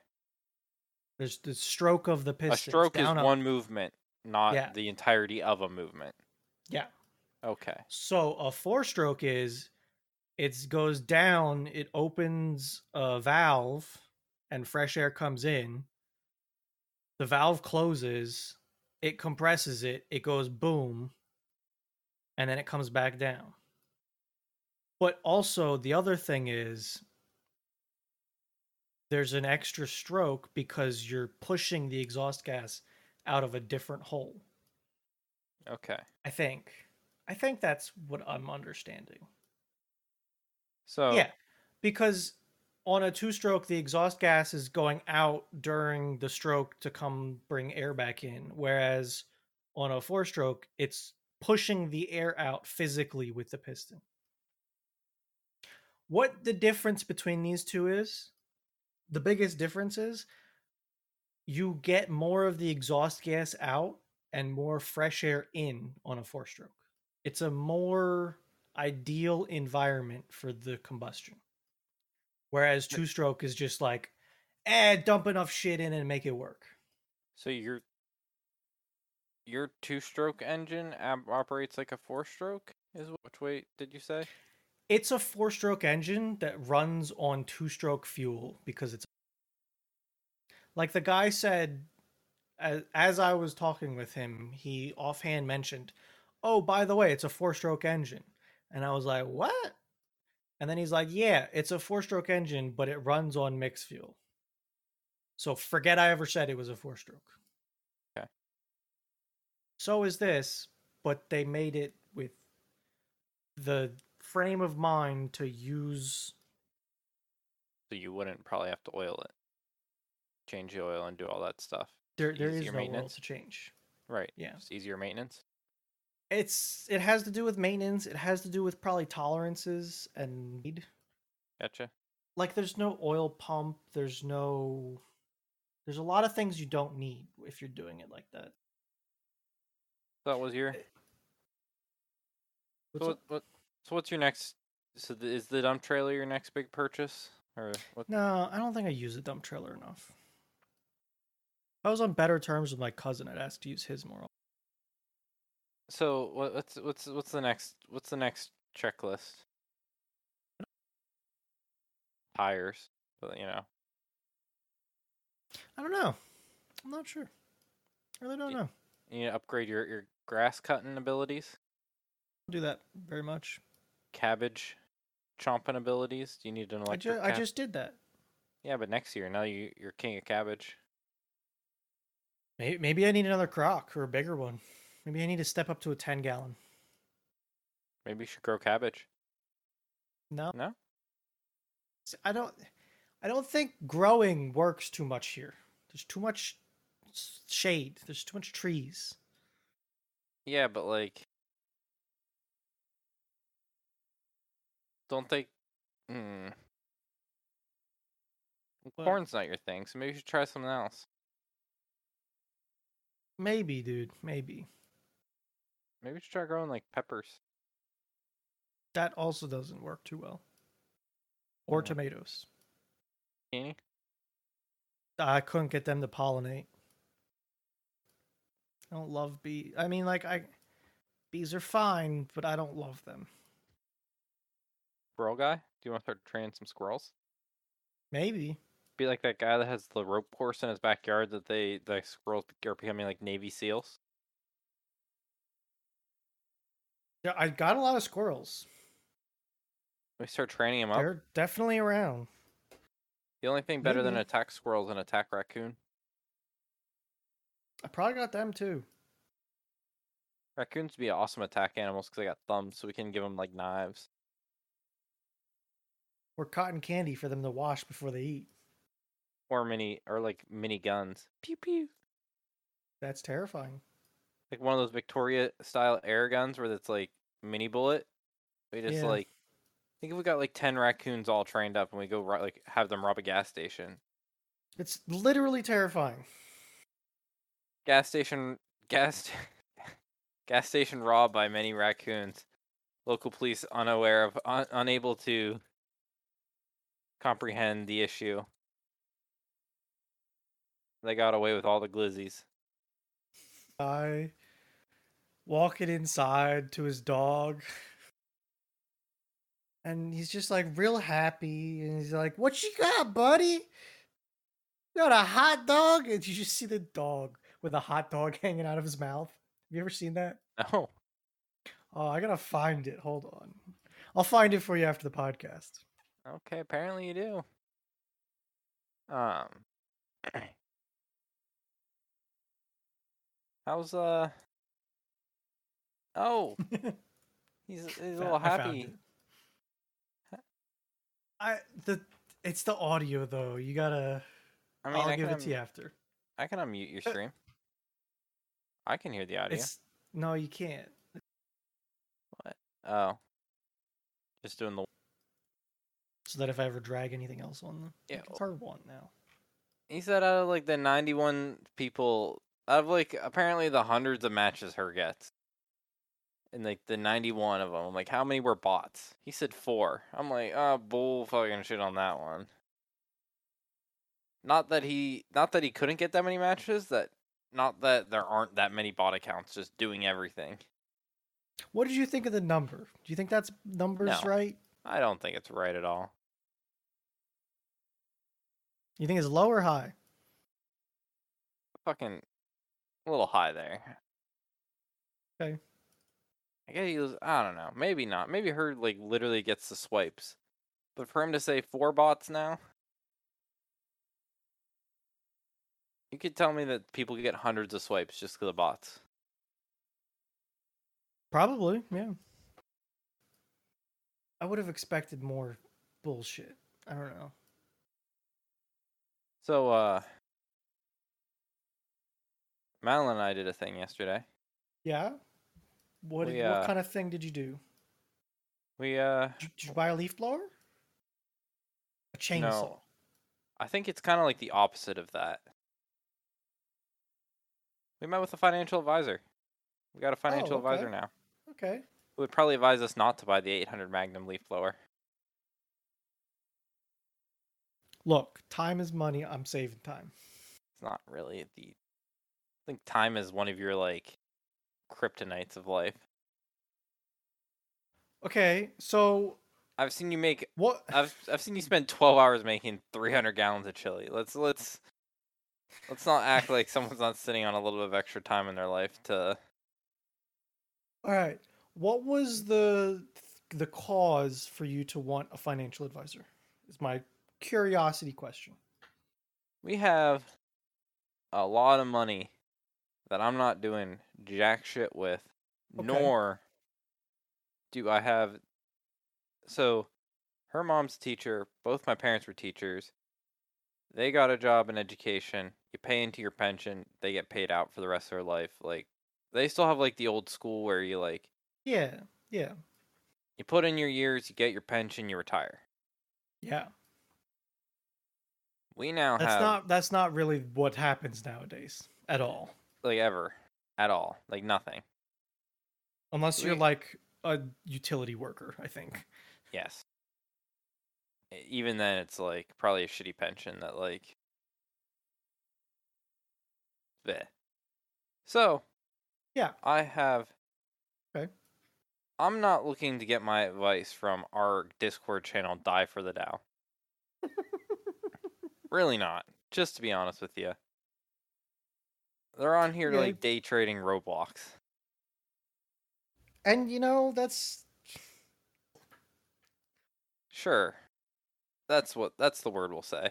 B: There's the stroke of the piston.
A: a
B: It's
A: stroke is
B: down, up.
A: one movement, not
B: Yeah.
A: the entirety of a movement.
B: Yeah.
A: Okay.
B: So a four stroke is it goes down, it opens a valve, and fresh air comes in. The valve closes, it compresses it, it goes boom, and then it comes back down. But also, the other thing is there's an extra stroke because you're pushing the exhaust gas out of a different hole.
A: Okay.
B: I think. I think that's what I'm understanding.
A: So
B: Yeah, because on a two stroke, the exhaust gas is going out during the stroke to come bring air back in. Whereas on a four stroke, it's pushing the air out physically with the piston. What the difference between these two is, the biggest difference is you get more of the exhaust gas out and more fresh air in on a four stroke. It's a more ideal environment for the combustion. Whereas two stroke is just like, eh, dump enough shit in and make it work.
A: so your your two stroke engine ab- operates like a four stroke is wh- which way did you say?
B: It's a four stroke engine that runs on two stroke fuel because it's like the guy said, as, as I was talking with him, he offhand mentioned, Oh, by the way, it's a four stroke engine. And I was like, What? And then he's like, Yeah, it's a four stroke engine, but it runs on mixed fuel. So forget I ever said it was a four stroke.
A: Okay.
B: So is this, but they made it with the frame of mind to use
A: So you wouldn't probably have to oil it. Change the oil and do all that stuff.
B: there there is
A: Easier
B: no world
A: maintenance.
B: to change.
A: Right.
B: Yeah.
A: It's easier maintenance.
B: It's it has to do with maintenance, it has to do with probably tolerances and need.
A: Gotcha.
B: Like there's no oil pump, there's no there's a lot of things you don't need if you're doing it like that.
A: That was your
B: Eh, What's
A: so,
B: up?
A: what, what, so what's your next so th- is the dump trailer your next big purchase or what
B: No, I don't think I use the dump trailer enough. If I was on better terms with my cousin, I'd ask to use his more. often.
A: so what, what's what's what's the next what's the next checklist tires but you know
B: I don't know. I'm not sure. I really don't
A: Y-
B: know.
A: you need to upgrade your your grass cutting abilities
B: do that very much.
A: cabbage chomping abilities do you need an
B: I,
A: electric
B: ju- I
A: cab-
B: just did that.
A: yeah but next year now you you're king of cabbage
B: Maybe, maybe I need another crock or a bigger one. Maybe I need to step up to a 10 gallon.
A: maybe you should grow cabbage
B: No.
A: No?
B: S- I don't I don't think growing works too much here. There's too much s- shade. There's too much trees.
A: yeah but like don't think mm,
B: What?
A: corn's not your thing so maybe you should try something else
B: Maybe, dude. Maybe.
A: Maybe we should try growing like peppers.
B: That also doesn't work too well. or
A: Mm.
B: tomatoes.
A: Any?
B: I couldn't get them to pollinate. I don't love bees. I mean, like I, bees are fine, but I don't love them.
A: Squirrel guy? Do you want to start training some squirrels?
B: Maybe
A: Be like that guy that has the rope course in his backyard that they the squirrels are becoming like Navy SEALs.
B: Yeah, I got a lot of squirrels.
A: We start training him up.
B: They're definitely around.
A: The only thing better than
B: Maybe.
A: attack squirrels and attack raccoon.
B: I probably got them too.
A: Raccoons would be awesome attack animals because they got thumbs, so we can give them like knives.
B: Or cotton candy for them to wash before they eat.
A: or mini or like mini guns. Pew pew.
B: That's terrifying.
A: Like one of those Victoria style air guns where it's like mini bullet. We just
B: Yeah.
A: like I think if we got like ten raccoons all trained up and we go ro- like have them rob a gas station.
B: It's literally terrifying.
A: Gas station gas st- gas station robbed by many raccoons. Local police unaware of un- unable to comprehend the issue. They got away with all the glizzies.
B: I walking inside to his dog. And he's just like real happy. And he's like, What you got, buddy? You got a hot dog? And you just see the dog with a hot dog hanging out of his mouth. Have you ever seen that?
A: No.
B: Oh, I gotta find it. Hold on. I'll find it for you after the podcast.
A: Okay, apparently you do. Um, how's uh? Oh, he's he's a
B: Fa-
A: little
B: I found
A: happy.
B: it. I the it's the audio though. You gotta
A: I
B: I
A: mean,
B: will
A: I
B: give
A: can
B: it to
A: un-
B: you after.
A: I can unmute your
B: Uh,
A: stream. I can hear the audio.
B: It's no you can't.
A: Oh, just doing the
B: so that if I ever drag anything else on them,
A: Yeah,
B: yeah, it's hard one now.
A: He said out of like the 91 people, out of like apparently the hundreds of matches her gets, and like the 91 of them, I'm like, how many were bots? He said four. I'm like, oh, bull fucking shit on that one. Not that he, not that he couldn't get that many matches. That, not that there aren't that many bot accounts just doing everything.
B: What did you think of the number? Do you think that's numbers
A: No.
B: right?
A: I don't think it's right at all.
B: You think it's low or high?
A: fucking a little high there.
B: Okay.
A: I guess he was. I don't know. Maybe not. Maybe her like literally gets the swipes, but for him to say four bots now, you could tell me that people get hundreds of swipes just 'cause of bots.
B: Probably, yeah. I would have expected more bullshit. I don't know.
A: So, uh, Madeline and I did a thing yesterday.
B: Yeah. What
A: We,
B: did,
A: uh,
B: what kind of thing did you do?
A: We uh,
B: Did you, did you buy a leaf blower? A chainsaw.
A: I think it's kind of like the opposite of that. We met with a financial advisor. We got a financial
B: okay.
A: advisor now.
B: Okay.
A: Who would probably advise us not to buy the 800 Magnum leaf blower.
B: Look, time is money. I'm saving time.
A: It's not really the. I think time is one of your like kryptonites of life.
B: Okay, so
A: I've seen you make.
B: what?
A: I've I've seen you spend 12 hours making 300 gallons of chili. Let's let's let's not act like someone's not sitting on a little bit of extra time in their life to.
B: All right. What was the the cause for you to want a financial advisor? Is my curiosity question.
A: We have a lot of money that I'm not doing jack shit with,
B: Okay.
A: nor do I have. So, her mom's a teacher. Both my parents were teachers. They got a job in education. You pay into your pension, they get paid out for the rest of their life. Like, they still have like the old school where you like
B: Yeah. Yeah.
A: you put in your years, you get your pension, you retire.
B: Yeah.
A: We now
B: That's
A: have
B: not that's not really what happens nowadays at all.
A: like ever at all, like nothing.
B: Unless you're
A: We-
B: like a utility worker, I think.
A: Yes. E, even then, it's like probably a shitty pension that like. Bleh. So.
B: Yeah.
A: I have.
B: Okay.
A: I'm not looking to get my advice from our Discord channel. Die for the Dow. really not. Just to be honest with you. They're on here
B: Yeah.
A: like day trading Roblox.
B: And you know, that's
A: Sure. That's what that's the word we'll say.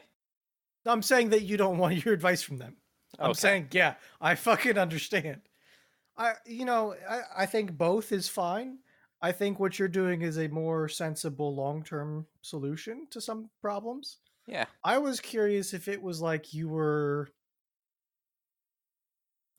B: I'm saying that you don't want your advice from them. I'm
A: Okay.
B: saying, yeah, I fucking understand. I, you know, I, I think both is fine. I think what you're doing is a more sensible long term solution to some problems.
A: Yeah.
B: I was curious if it was like you were,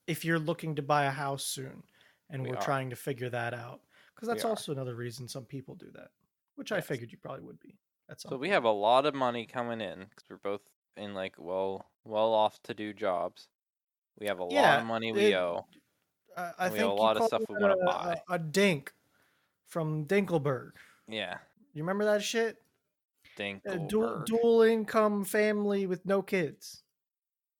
B: if you're looking to buy a house soon and
A: We
B: we're
A: are.
B: trying to figure that out. Because
A: We
B: that's
A: are.
B: also another reason some people do that, which I
A: Yes.
B: figured you probably would be. That's all.
A: So we have a lot of money coming in because we're both in like well well off to do jobs. We have a lot
B: Yeah,
A: of money we
B: it-
A: owe.
B: I, I
A: We
B: think
A: have a
B: you
A: lot of
B: called
A: stuff we
B: that
A: wanna
B: a-
A: buy.
B: A, a dink from Dinkelberg.
A: Yeah.
B: You remember that shit?
A: Dink.
B: A dual, dual income family with no kids.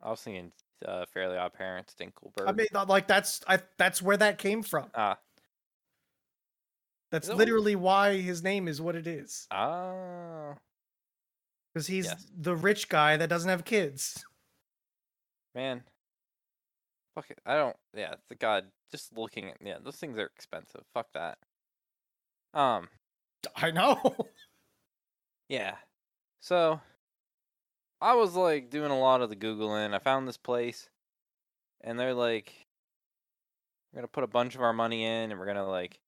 A: I was thinking uh, Fairly Odd Parents, Dinkelberg.
B: I mean, not like that's I, that's where that came from.
A: Ah.
B: That's
A: that what-
B: literally why his name is what it is.
A: ah,
B: Because he's
A: Yes.
B: the rich guy that doesn't have kids.
A: man. Fuck it. I don't. Yeah, the god. Just looking at yeah, those things are expensive. Fuck that. Um.
B: I know.
A: Yeah. So I was like doing a lot of the Googling. I found this place and they're like we're going to put a bunch of our money in and we're going to like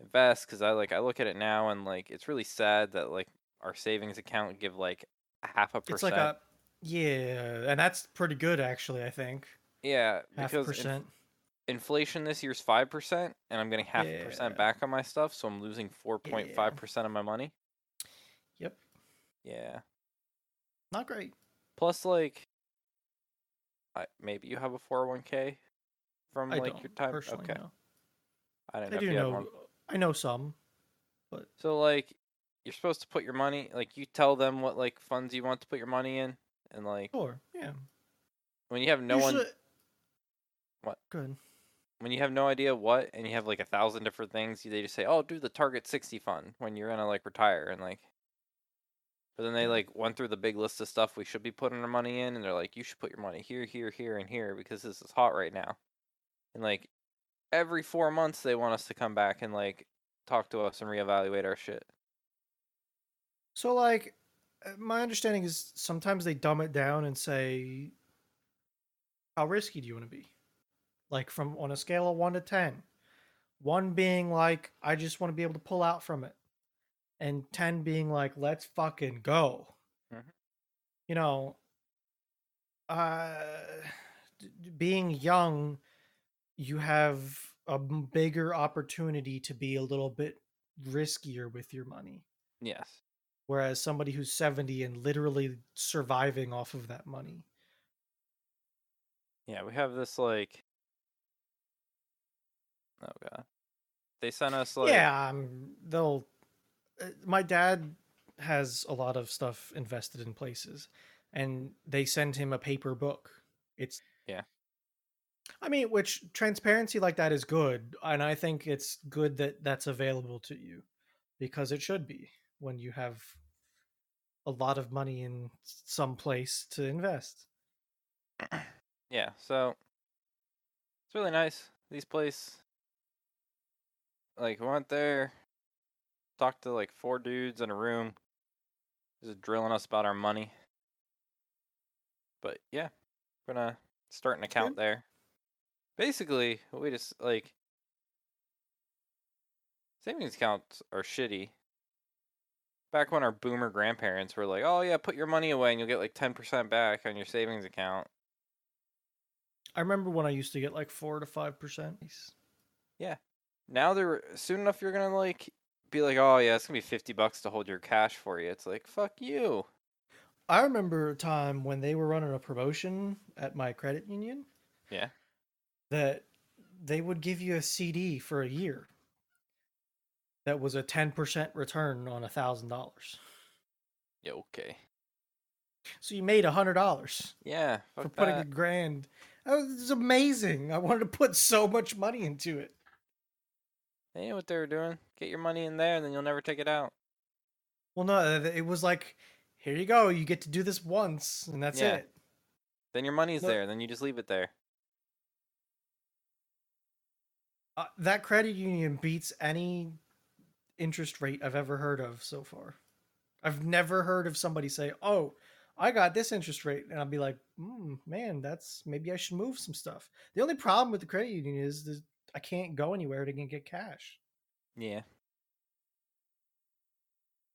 A: invest cuz I like I look at it now and like it's really sad that like our savings account give like a half a percent.
B: it's like a yeah, and that's pretty good actually. I think
A: yeah,
B: half
A: because inf-
B: percent.
A: inflation this year's 5% and I'm getting half a percent
B: Yeah.
A: back on my stuff, so I'm losing 4.5% of my money.
B: Yep.
A: Yeah.
B: Not great.
A: Plus, like, I, maybe you have a 401k from
B: I
A: like
B: don't
A: your time.
B: personally.
A: okay,
B: no.
A: I don't know
B: I
A: if
B: do
A: you have
B: know.
A: one.
B: I know some.
A: So like, you're supposed to put your money. Like, you tell them what like funds you want to put your money in, and like
B: Sure. Yeah.
A: when you have no one,
B: Usually-
A: What?
B: Good.
A: when you have no idea what, and you have like a thousand different things, you- they just say, "Oh, do the target 60 fund when you're gonna like retire," and like. But then they
B: Yeah.
A: like went through the big list of stuff we should be putting our money in, and they're like, "You should put your money here, here, here, and here because this is hot right now." And like every four months, they want us to come back and like talk to us and reevaluate our shit.
B: So, like, uh, my understanding is sometimes they dumb it down and say, "How risky do you want to be?" Like, from on a scale of one to ten, one being like, "I just want to be able to pull out from it," and ten being like, "Let's fucking go."
A: Mhm.
B: You know, uh, d- d- being young, you have a m- bigger opportunity to be a little bit riskier with your money
A: Yes.
B: whereas somebody who's 70 and literally surviving off of that money
A: Yeah, we have this like. Oh god, they sent us like
B: yeah um, they'll uh, my dad has a lot of stuff invested in places and they send him a paper book it's
A: Yeah.
B: i mean which transparency like that is good and i think it's good that that's available to you because it should be when you have a lot of money in s- some place to invest
A: yeah. So it's really nice. These place, like, we went there, talked to like four dudes in a room, just drilling us about our money. But yeah, we're gonna start an account there. Basically, we just like savings accounts are shitty. Back when our boomer grandparents were like, "Oh yeah, put your money away and you'll get like ten percent back on your savings account."
B: i remember when i used to get like 4 to 5 percent
A: now they're soon enough you're gonna like be like oh yeah it's gonna be 50 bucks to hold your cash for you it's like fuck you
B: I remember a time when they were running a promotion at my credit union.
A: Yeah.
B: That they would give you a CD for a year. That was a ten percent return on a thousand dollars.
A: Yeah, okay.
B: So you made a hundred dollars
A: Yeah,
B: for
A: fuck
B: putting
A: that.
B: a grand. That was it's amazing. I wanted to put so much money into it.
A: They knew what they were doing. Get your money in there, and then you'll never take it out.
B: Well, no, th- it was like, here you go. You get to do this once, and that's
A: Yeah.
B: it.
A: Then your money's
B: Look-
A: there. Then you just leave it there.
B: Uh, that credit union beats any interest rate I've ever heard of so far. I've never heard of somebody say, "Oh, I got this interest rate," and I'll be like, mm, "Man, that's maybe I should move some stuff." The only problem with the credit union is that I can't go anywhere to g- get cash.
A: Yeah.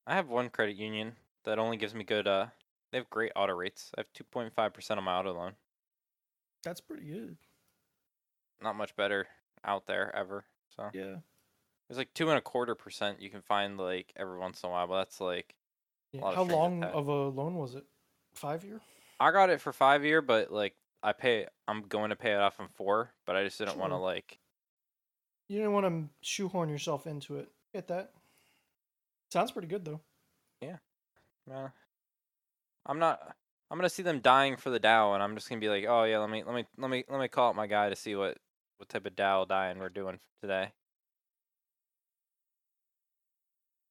A: I have one credit union that only gives me good. Uh, they have great auto rates. I have two point five percent on my auto loan.
B: That's pretty good.
A: Not much better out there ever. So
B: Yeah,
A: there's like two and a quarter percent you can find like every once in a while, but that's like
B: Yeah,
A: lot of
B: How
A: strings
B: long
A: attached.
B: of a loan was it? Five year?
A: I got it for five year, but like I pay. I'm going to pay it off in four, but I just didn't want to
B: Sure.
A: like.
B: You didn't want to shoehorn yourself into it. Get that? Sounds pretty good though.
A: Uh, I'm not. I'm gonna see them dying for the Dow, and I'm just gonna be like, oh yeah, let me let me let me let me call up my guy to see what what type of Dow dying we're doing today.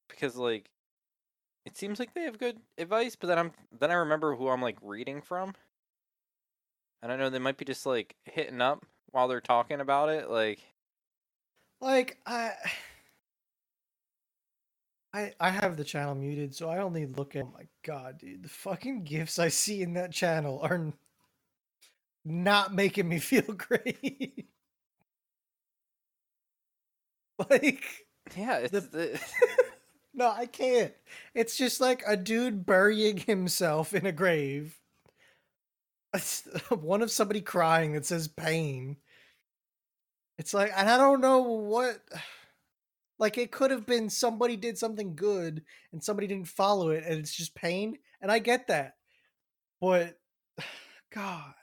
A: Because like, it seems like they have good advice, but then I'm then I remember who I'm like reading from, and I know they might be just like hitting up while they're talking about it, like.
B: Like I, I I have the channel muted, so I only look at. Oh my god, dude! The fucking gifts I see in that channel are n- not making me feel great. like
A: Yeah, it's
B: The-
A: the,
B: no, I can't. It's just like a dude burying himself in a grave. One of somebody crying that says pain. It's like, and I don't know what. Like, it could have been somebody did something good and somebody didn't follow it, and it's just pain. And I get that. But, God.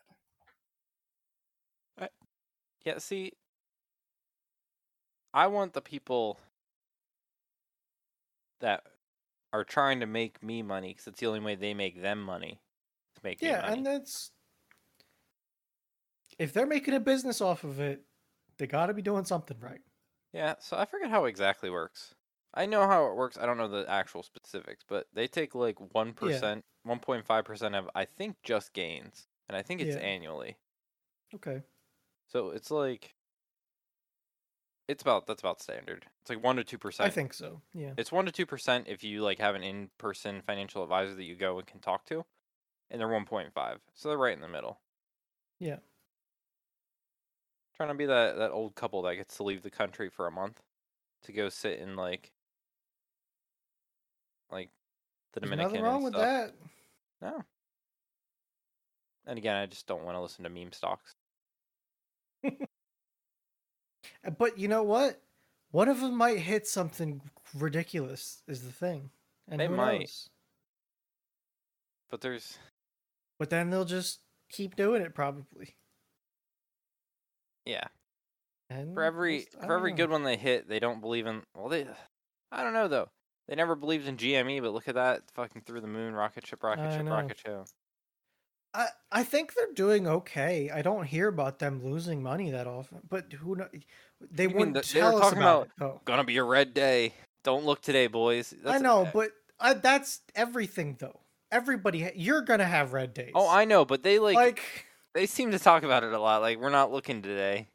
A: Yeah, see, I want the people that are trying to make me money because it's the only way they make them money. To make me
B: Yeah,
A: money.
B: and that's. If they're making a business off of it, they got to be doing something right.
A: yeah. So I forget how exactly works. I know how it works. I don't know the actual specifics, but they take like one percent, one point five percent of I think just gains, and I think it's
B: Yeah.
A: annually.
B: Okay.
A: So it's like it's about that's about standard. It's like one to two percent.
B: I think so. Yeah.
A: It's one to two percent if you like have an in-person financial advisor that you go and can talk to, and they're one point five, so they're right in the middle.
B: Yeah.
A: Trying to be that that old couple that gets to leave the country for a month to go sit in like, like, the
B: There's
A: Dominican.
B: Nothing wrong
A: and
B: with
A: stuff.
B: that.
A: No. And again, I just don't want to listen to meme stocks.
B: Uh, But you know what? One of them might hit something ridiculous. Is the thing, and
A: They
B: who
A: might.
B: knows?
A: But there's
B: But then they'll just keep doing it, probably.
A: yeah,
B: And
A: for every
B: Mm, just- I
A: for
B: don't
A: every
B: know.
A: good one they hit, they don't believe in. Well, they, I don't know though. They never believed in GME, but look at that fucking through the moon rocket ship, rocket
B: I
A: ship,
B: know.
A: rocket ship.
B: I I think they're doing okay. I don't hear about them losing money that often. But who know? They
A: You mean
B: wouldn't
A: that they were
B: tell us
A: talking
B: about, it. Though.
A: Gonna be a red day. Don't look today, boys.
B: I
A: That's-
B: know,
A: uh,
B: but I, that's everything though. Everybody, ha- you're gonna have red days.
A: oh, I know, but they like,
B: like
A: they seem to talk about it a lot. Like we're not looking today.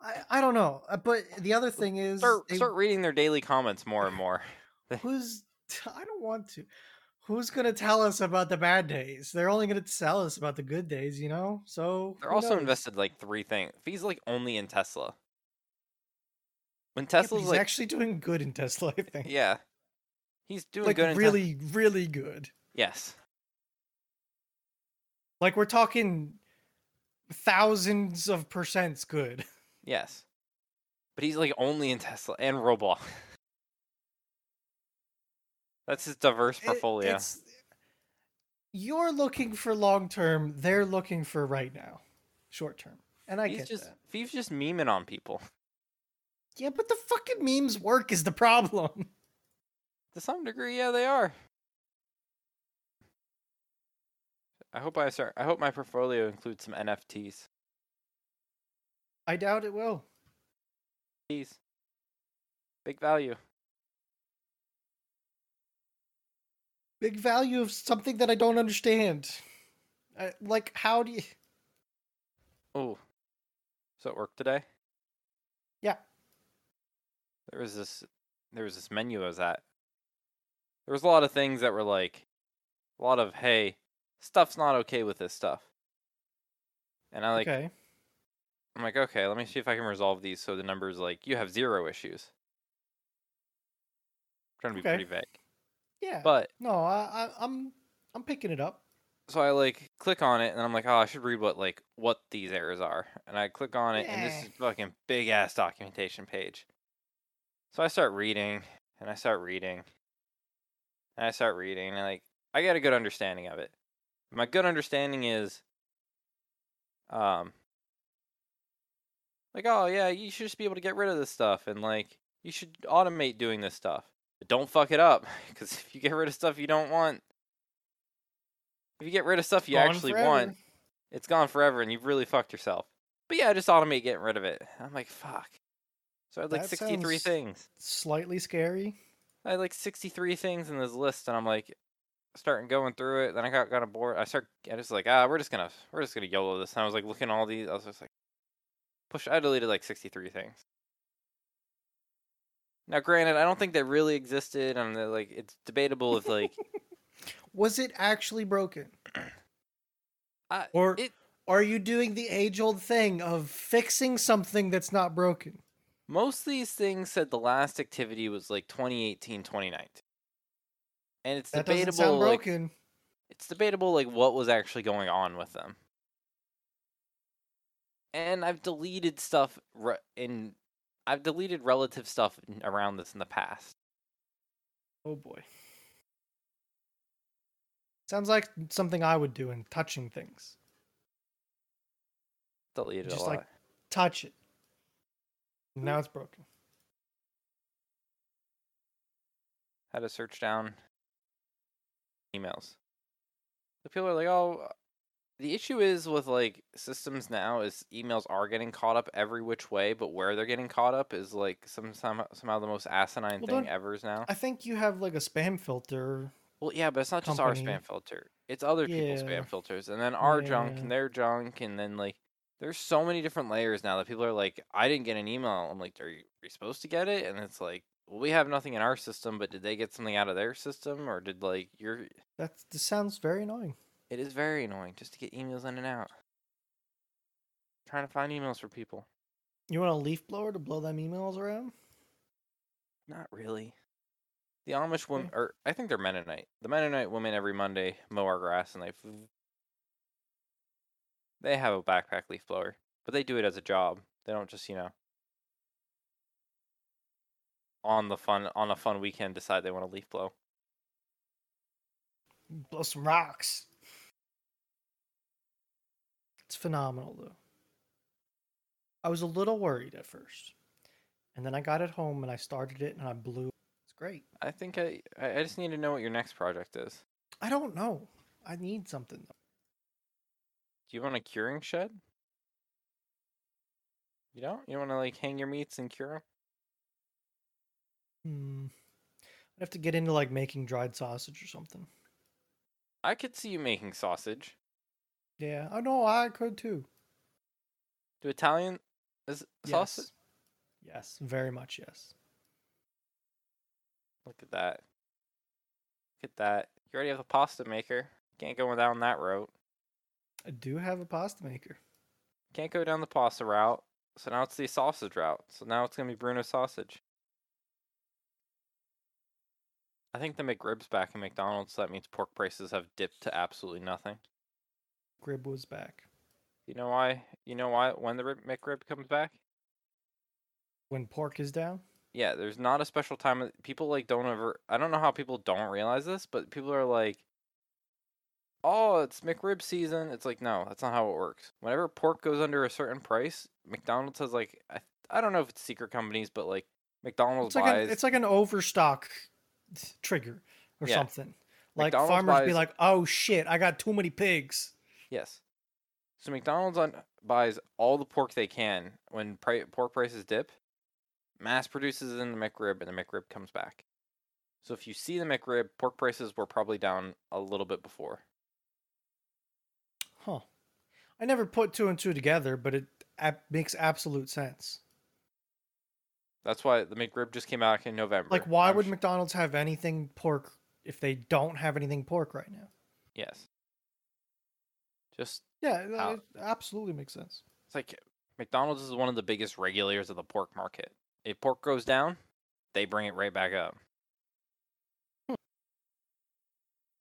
B: I, I don't know. Uh, But the other thing is,
A: Start
B: they-
A: start reading their daily comments more and more.
B: who's I don't want to. Who's gonna tell us about the bad days? They're only gonna tell us about the good days, you know. So
A: They're
B: who
A: also
B: knows?
A: invested like three things. He's like only in Tesla. When
B: Yeah, but
A: Tesla's
B: he's
A: like,
B: actually doing good in Tesla, I think.
A: yeah, he's doing
B: like
A: good. in Tes-
B: really, really good.
A: yes.
B: Like we're talking thousands of percents good.
A: Yes. But he's like only in Tesla and Roblox. That's his diverse
B: It-
A: portfolio.
B: it's- you're looking for long term. They're looking for right now, short term. And I
A: he's
B: get
A: just
B: that.
A: he's just memeing on people.
B: Yeah, but the fucking memes work is the problem.
A: To some degree, yeah, they are. I hope I start. I hope my portfolio includes some NFTs.
B: I doubt it will.
A: These big value.
B: Big value of something that I don't understand. I, like, how do you?
A: Oh, so at work today,
B: Yeah.
A: there was this there was this menu I was at. There was a lot of things that were like a lot of hey, stuff's not okay with this stuff. And I like
B: okay.
A: I'm like, okay, let me see if I can resolve these so the numbers like you have zero issues. trying to be
B: Okay.
A: pretty vague.
B: Yeah.
A: But
B: no, I, I, I'm I'm picking it up.
A: so I like click on it and I'm like, oh, I should read what like what these errors are. And I click on it and this
B: Yeah.
A: is fucking big ass documentation page. So I start reading and I start reading and I start reading and like I got a good understanding of it. My good understanding is um like oh yeah, you should just be able to get rid of this stuff and like you should automate doing this stuff. But don't fuck it up cuz if you get rid of stuff you don't want if you get rid of stuff you
B: Gone
A: actually
B: forever.
A: want, it's gone forever and you've really fucked yourself. But yeah, just automate getting rid of it. I'm like, fuck. So I had like
B: That
A: 63
B: sounds-
A: things.
B: Slightly scary.
A: I had like 63 things in this list, and I'm like, starting going through it. Then I got kind of bored. I start, I just like, ah, we're just gonna, we're just gonna YOLO this. And I was like, looking at all these, I was just like, push. I deleted like 63 things. Now, granted, I don't think they really existed, and they're, like, it's debatable if like,
B: Was it actually broken?
A: I,
B: Or-
A: it,
B: Are you doing the age old thing of fixing something that's not broken?
A: most of these things said the last activity was like 2018, 2019, and it's
B: That
A: debatable.
B: doesn't sound
A: like,
B: broken.
A: it's debatable like what was actually going on with them. And I've deleted stuff re- in I've deleted relative stuff n- around this in the past.
B: Oh boy. Sounds like something I would do in touching things.
A: Deleted
B: Just
A: a lot.
B: like- Touch it. Now it's broken.
A: How to search down emails. The people are like, "Oh, uh, the issue is with like systems now is emails are getting caught up every which way, but where they're getting caught up is like some somehow, somehow the most asinine
B: Well,
A: thing
B: don't-
A: ever is now."
B: I think you have like a spam filter.
A: Well, yeah, but it's not just our
B: company.
A: spam filter. It's other people's
B: Yeah.
A: spam filters, and then our junk
B: Yeah.
A: and their junk, and then like there's so many different layers now that people are like, "I didn't get an email." I'm like, "Are you, are you supposed to get it?" And it's like, "Well, we have nothing in our system, but did they get something out of their system, or did like your?"
B: That this sounds very annoying.
A: It is very annoying just to get emails in and out. Trying to find emails for people.
B: You want a leaf blower to blow them emails around?
A: Not really. The Amish women,
B: Okay.
A: or I think they're Mennonite. The Mennonite women every Monday mow our grass, and they f- they have a backpack leaf blower, but they do it as a job. They don't just you know on the fun on a fun weekend decide they want to leaf blow.
B: Blow some rocks. It's phenomenal though. I was a little worried at first. And then I got it home and I started it and I blew. It's great.
A: I think I I I just need to know what your next project is.
B: I don't know. I need something though.
A: Do you want a curing shed? You don't? You want to like hang your meats and cure 'em?
B: Hmm. I'd have to get into like making dried sausage or something.
A: I could see you making sausage.
B: Yeah. I know I could too.
A: Do Italian is sausage?
B: Yes. yes very much yes.
A: Look at that. Look at that. You already have a pasta maker. Can't go down that route.
B: I do have a pasta maker.
A: Can't go down the pasta route. So now it's the sausage route. So now it's gonna be Bruno sausage. I think they make ribs back in McDonald's. So that means pork prices have dipped to absolutely nothing.
B: Grib was back.
A: You know why? You know why? When the rib, McRib comes back?
B: When pork is down?
A: Yeah, there's not a special time. of- People like don't ever. I don't know how people don't realize this, but people are like, "Oh, it's McRib season." It's like, no, that's not how it works. Whenever pork goes under a certain price, McDonald's has like, I, I don't know if it's secret companies, but like McDonald's
B: It's like,
A: buys.
B: an, it's like an overstock trigger or
A: Yeah.
B: something. Like
A: McDonald's
B: farmers be
A: buys-
B: like, "Oh shit, I got too many pigs."
A: Yes. So McDonald's on, buys all the pork they can when pri- pork prices dip, mass produces it in the McRib, and the McRib comes back. So if you see the McRib, pork prices were probably down a little bit before.
B: Huh. I never put two and two together, but it ab- makes absolute sense.
A: That's why the McRib just came out in November.
B: Like, why
A: I'm
B: would
A: sh-
B: McDonald's have anything pork if they don't have anything pork right now?
A: yes? Just
B: Yeah,
A: Out.
B: that it absolutely makes sense.
A: it's like McDonald's is one of the biggest regulators of the pork market. If pork goes down, they bring it right back up.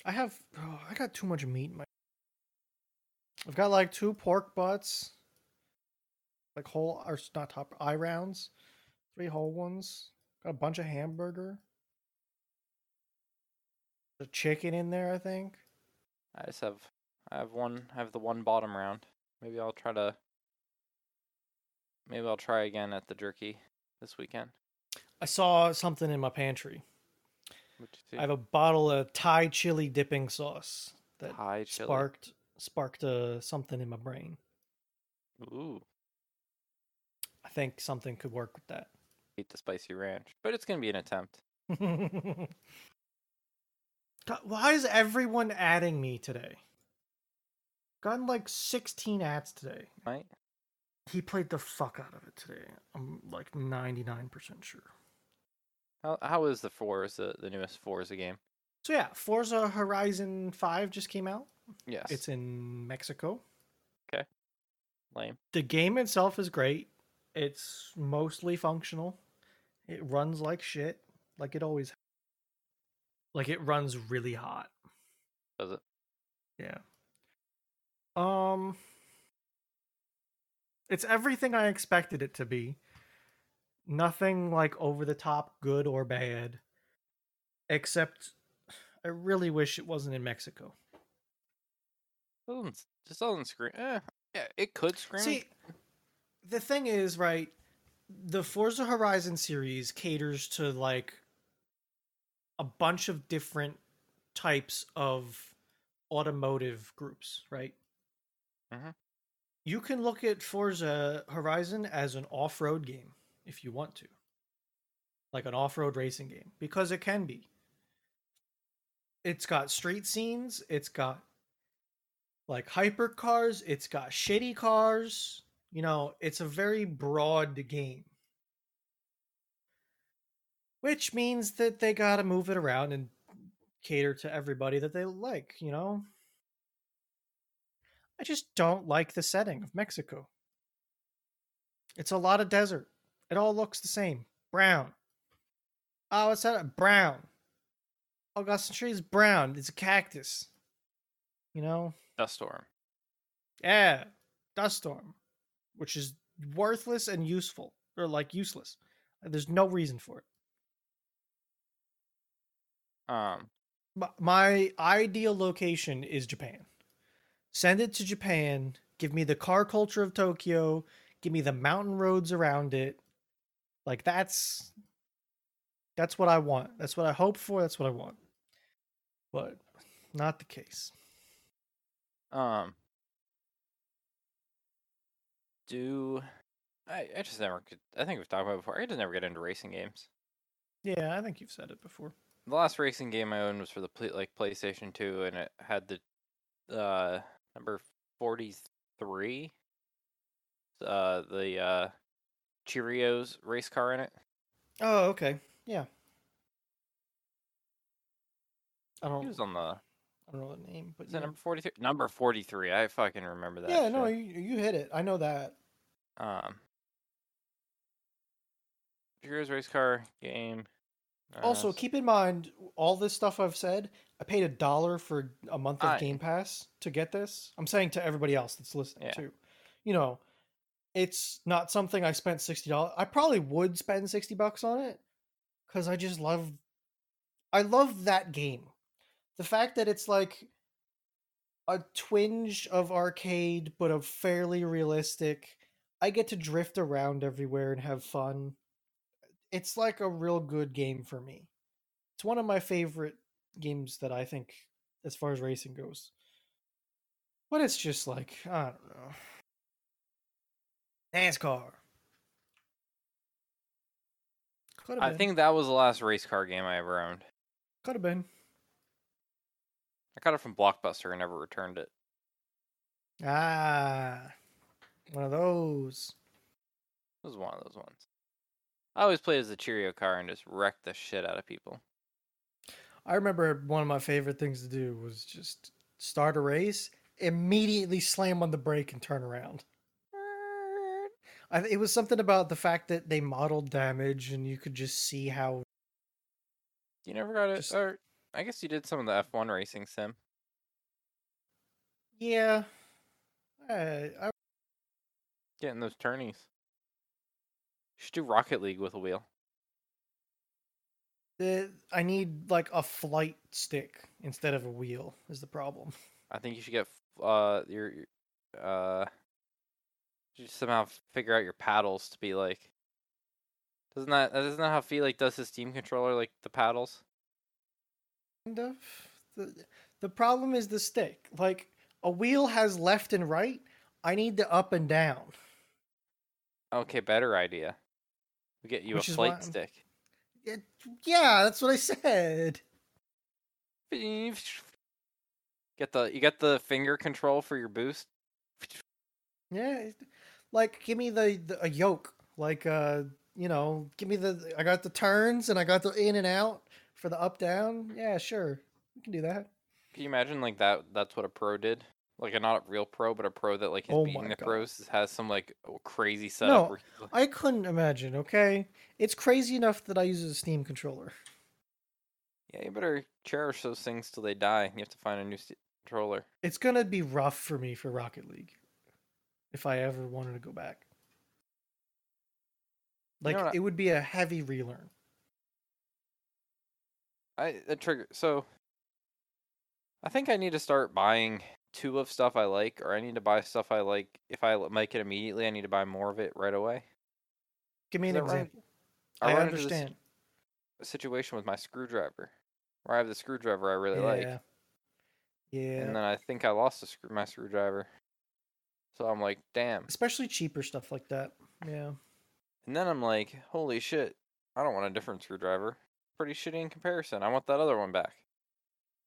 B: I have, oh, I got too much meat in my. I've got like two pork butts, like whole or s- not top eye rounds, three whole ones. Got a bunch of hamburger. The chicken in there, I think.
A: I just have I have one I have the one bottom round. Maybe I'll try to maybe I'll try again at the jerky this weekend.
B: I saw something in my pantry.
A: What you
B: I have a bottle of Thai chili dipping sauce
A: see?
B: that
A: Thai chili.
B: sparked sparked uh, something in my brain.
A: Ooh.
B: I think something could work with that.
A: Eat the spicy ranch. But it's gonna be an attempt.
B: God, why is everyone adding me today? Gotten like 16 ads today.
A: Right?
B: He played the fuck out of it today. I'm like 99% sure.
A: How how is the fours the, the newest Forza game?
B: So yeah, Forza Horizon 5 just came out.
A: Yes.
B: It's in Mexico.
A: lame.
B: The game itself is great. It's mostly functional. It runs like shit, like it always like it runs really hot.
A: Does it?
B: Yeah. Um It's everything I expected it to be. Nothing like over the top good or bad. Except I really wish it wasn't in Mexico.
A: Doesn't s- just doesn't scream eh. Yeah, it could scream.
B: See, the thing is, right? The Forza Horizon series caters to like a bunch of different types of automotive groups, right?
A: Mhm.
B: You can look at Forza Horizon as an off road game if you want to, like an off road racing game, because it can be. It's got street scenes, it's got like hyper cars, it's got shitty cars. You know, it's a very broad game. Which means that they got to move it around and cater to everybody that they like, you know? I just don't like the setting of Mexico. It's a lot of desert. It all looks the same. Brown. Oh, what's that? Brown. Oh, got some trees. Brown. It's a cactus. You know?
A: Dust Storm.
B: Yeah, Dust Storm, which is worthless and useful, or like useless. There's no reason for it.
A: Um
B: My, my ideal location is Japan. Send it to Japan. Give me the car culture of Tokyo. Give me the mountain roads around it. Like that's that's what I want. That's what I hope for. That's what I want. But not the case.
A: Um, do I? I just never could. I think we've talked about it before. I just never get into racing games.
B: Yeah, I think you've said it before.
A: The last racing game I owned was for the pla- like PlayStation Two, and it had the uh number forty three, uh the uh Cheerios race car in it.
B: Oh, okay. Yeah. I
A: He
B: don't
A: was on the
B: I don't know the name, but
A: was
B: Oh, yeah.
A: it number forty three? Number forty three. I fucking remember that.
B: yeah, no,
A: shit.
B: you, you hit it. I know that.
A: Um. Cheerios race car game. uh,
B: also, keep in mind all this stuff I've said. I paid a dollar for a month of
A: Aye.
B: Game Pass to get this. I'm saying to everybody else that's listening
A: Yeah.
B: too, you know, it's not something I spent sixty dollars. I probably would spend sixty bucks on it because I just love, I love that game. The fact that it's like a twinge of arcade, but a fairly realistic. I get to drift around everywhere and have fun. It's like a real good game for me. It's one of my favorite games that I think, as far as racing goes. But it's just like I don't know. NASCAR. Could
A: I think that was the last race car game I ever owned.
B: could have been.
A: I got it from Blockbuster and never returned it.
B: Ah, one of those.
A: It was one of those ones. I always played as the Cheerio car and just wrecked the shit out of people.
B: I remember one of my favorite things to do was just start a race, immediately slam on the brake and turn around. I, th- it was something about the fact that they modeled damage and you could just see how.
A: You never got it,
B: Just-
A: or I guess you did some of the F1 racing sim.
B: Yeah. Uh, I,
A: Getting those turnies. You should do Rocket League with a wheel.
B: the, I need like a flight stick instead of a wheel, is the problem.
A: I think you should get f- uh your your- uh you should somehow figure out your paddles to be like. Doesn't that isn't that how Felix does his Steam controller like the paddles?
B: Kind of. The, the problem is the stick. Like, a wheel has left and right. I need the up and down.
A: Okay, better idea. We get you
B: Which
A: a
B: is why
A: plate
B: I'm-
A: stick.
B: It- yeah, that's what I said.
A: Get the you get the finger control for your boost.
B: Yeah, it- like give me the, the a yoke, like uh, you know, give me the I got the turns and I got the in and out for the up down. Yeah, sure, we can do that.
A: Can you imagine like that? That's what a pro did. Like a not a real pro, but a pro that like is
B: Oh my
A: beating the
B: God.
A: pros has some like w- crazy setup.
B: No,
A: where he's like-
B: I couldn't imagine. Okay, it's crazy enough that I use a Steam controller.
A: yeah, you better cherish those things till they die. You have to find a new st- controller.
B: It's gonna be rough for me for Rocket League if I ever wanted to go back.
A: You
B: Like
A: know what I-
B: it would be a heavy relearn.
A: I that trigger. So I think I need to start buying two of stuff I like, or I need to buy stuff I like. If I l- make it immediately, I need to buy more of it right away.
B: Give me
A: Is
B: an
A: that right?
B: example. I
A: run into this
B: understand.
A: situation with my screwdriver, where I have the screwdriver I really like.
B: yeah. Yeah.
A: and then I think I lost a screw, my screwdriver. So I'm like, damn.
B: especially cheaper stuff like that. Yeah.
A: And then I'm like, holy shit, I don't want a different screwdriver. Pretty shitty in comparison. I want that other one back.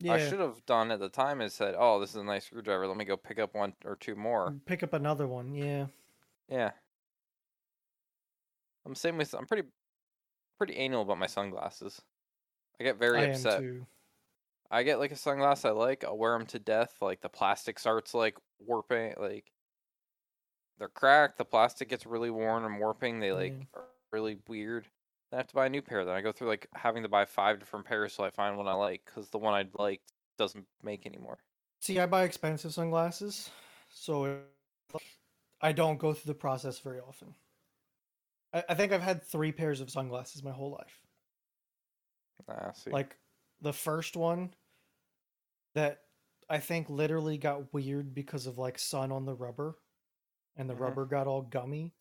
B: Yeah.
A: I should have done at the time is said, oh, this is a nice screwdriver. Let me go pick up one or two more.
B: pick up another one. Yeah.
A: Yeah. I'm same with. I'm pretty, pretty anal about my sunglasses. I get very
B: I
A: upset.
B: am too.
A: I get like a sunglass I like. I'll wear them to death. Like the plastic starts like warping. Like they're cracked. The plastic gets really worn and warping. They like
B: Yeah.
A: are really weird. Then I have to buy a new pair. Then I go through like having to buy five different pairs till I find one I like because the one I like doesn't make anymore.
B: See, I buy expensive sunglasses, so it- like, I don't go through the process very often. I, I think I've had three pairs of sunglasses my whole life.
A: Ah, see.
B: Like the first one that I think literally got weird because of like sun on the rubber and the
A: Mhm.
B: rubber got all gummy.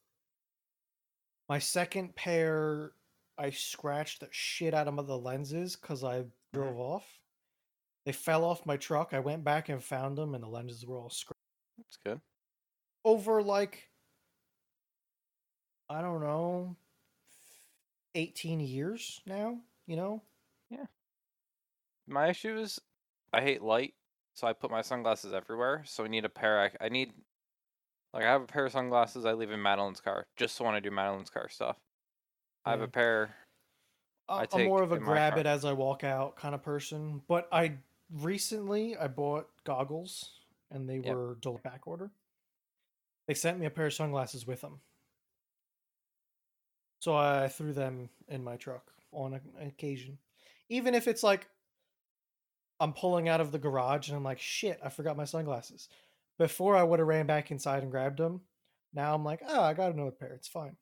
B: My second pair, I scratched the shit out of the lenses because I drove off. They fell off my truck. I went back and found them, and the lenses were all scratched
A: that's good.
B: over like, I don't know, 18 years now, you know?
A: My issue is I hate light, so I put my sunglasses everywhere. So I need a pair. I, c- I need like I have a pair of sunglasses I leave in Madeline's car just so when I do Madeline's car stuff. I have
B: Yeah.
A: a pair I
B: I
A: take
B: I'm more of a
A: in my
B: grab
A: car.
B: it as I walk out kind of person. But I recently I bought goggles and they
A: Yep.
B: were del- back order. They sent me a pair of sunglasses with them, so I threw them in my truck on a- occasion, even if it's like I'm pulling out of the garage and I'm like, shit, I forgot my sunglasses. Before I would have ran back inside and grabbed them. Now I'm like, oh, I got another pair. It's fine.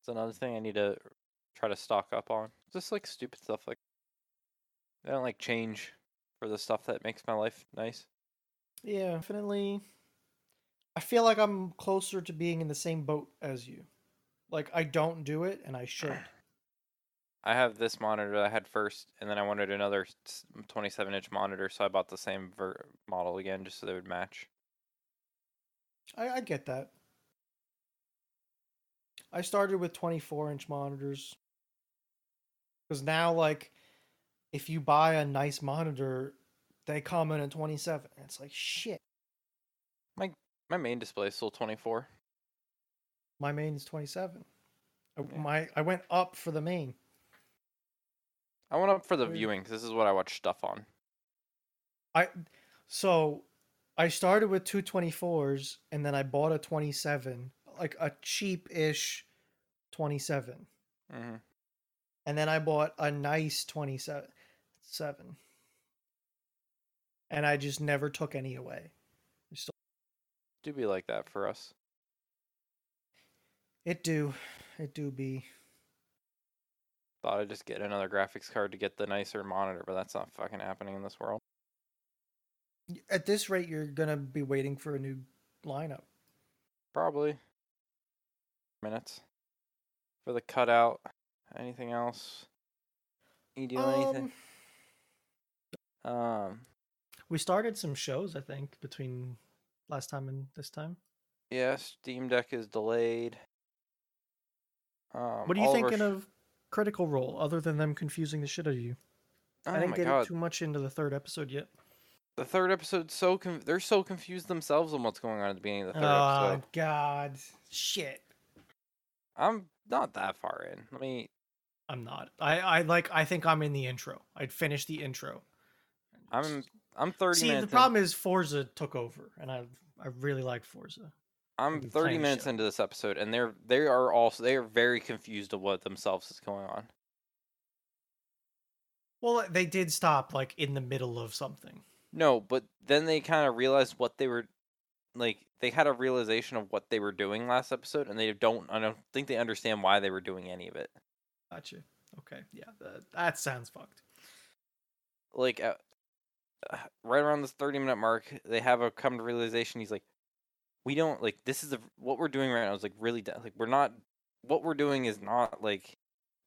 A: It's another thing I need to try to stock up on. Just like stupid stuff like I don't like change for the stuff that makes my life nice.
B: Yeah, definitely. I feel like I'm closer to being in the same boat as you. Like I don't do it and I should.
A: I have this monitor that I had first, and then I wanted another s- 27 inch monitor, so I bought the same ver- model again just so they would match.
B: I, I get that. I started with 24 inch monitors. Because now, like, if you buy a nice monitor, they come in at 27. It's like, shit,
A: My main display is still 24.
B: my main is 27. I-
A: Yeah.
B: My I went up for the main.
A: I went up for the
B: Weird.
A: viewing 'cause this is what I watch stuff on.
B: So I started with two 24s and then I bought a 27, like a cheap ish 27. Mm-hmm.
A: hmm
B: and then I bought a nice 27 seven. and I just never took any away.
A: Do be like that for us.
B: It do, it do be.
A: Thought I'd just get another graphics card to get the nicer monitor, but that's not fucking happening in this world.
B: At this rate, you're gonna be waiting for a new lineup.
A: Probably. Minutes. For the cutout. Anything else? You doing anything?
B: Um,
A: Um,
B: we started some shows, I think, between last time and this time.
A: yeah, Steam Deck is delayed. Um,
B: what are you
A: all our
B: thinking
A: Um, sh-
B: of Critical Role, other than them confusing the shit out of you?
A: Oh
B: I didn't
A: my
B: get
A: god,
B: too much into the third episode yet.
A: the third episode so con- they're so confused themselves on what's going on at the beginning of the third
B: Oh
A: episode.
B: God, shit!
A: I'm not that far in. Let me.
B: I'm not. I, I like. I think I'm in the intro. I'd finish the intro.
A: I'm I'm 30
B: See,
A: minutes.
B: the problem is Forza took over, and I I really like Forza.
A: in, I'm
B: been
A: 30
B: playing the
A: minutes
B: show.
A: into this episode, and they're they are also they are very confused of what themselves is going on.
B: Well, they did stop like in the middle of something.
A: No, but then they kind of realized what they were like they had a realization of what they were doing last episode and they don't I don't think they understand why they were doing any of it.
B: Gotcha. Okay, yeah, that, that sounds fucked.
A: Like uh, uh, right around this 30 minute mark, they have a come to realization he's like we don't like this is the what we're doing right now is like really de- like we're not what we're doing is not like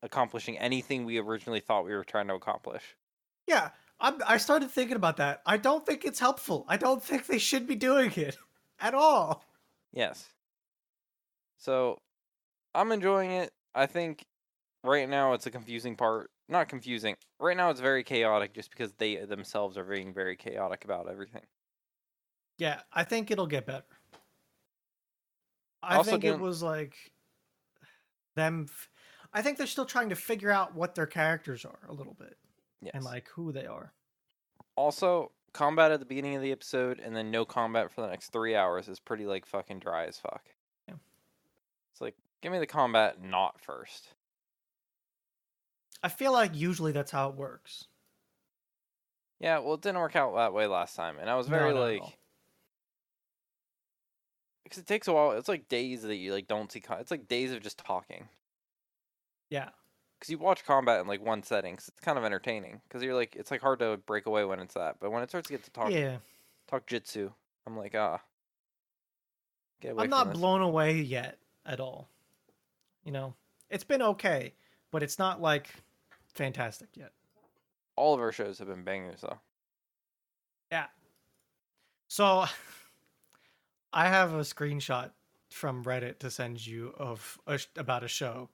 A: accomplishing anything we originally thought we were trying to accomplish.
B: Yeah, I'm, I started thinking about that. I don't think it's helpful. I don't think they should be doing it at all.
A: Yes. So I'm enjoying it. I think right now it's a confusing part. Not confusing. Right now it's very chaotic just because they themselves are being very chaotic about everything.
B: Yeah, I think it'll get better. I
A: Also
B: think it
A: didn't-
B: was like them. f- I think they're still trying to figure out what their characters are a little bit
A: Yes.
B: and like who they are.
A: also, combat at the beginning of the episode and then no combat for the next three hours is pretty like fucking dry as fuck.
B: Yeah.
A: It's like, give me the combat not first.
B: I feel like usually that's how it works.
A: Yeah, well, it didn't work out that way last time, and I was
B: No,
A: very
B: not at
A: like,
B: all.
A: because it takes a while. It's like days that you like don't see. co it's like days of just talking.
B: Yeah.
A: because you watch combat in like one setting, 'cause it's kind of entertaining. Because you're like, it's like hard to break away when it's that, but when it starts to get to talk
B: yeah.
A: talk jitsu, I'm like, ah, get away.
B: I'm
A: from
B: not
A: this.
B: blown away yet at all. You know, it's been okay, but it's not like fantastic yet.
A: All of our shows have been bangers though.
B: So I have a screenshot from Reddit to send you of a, sh- about a show.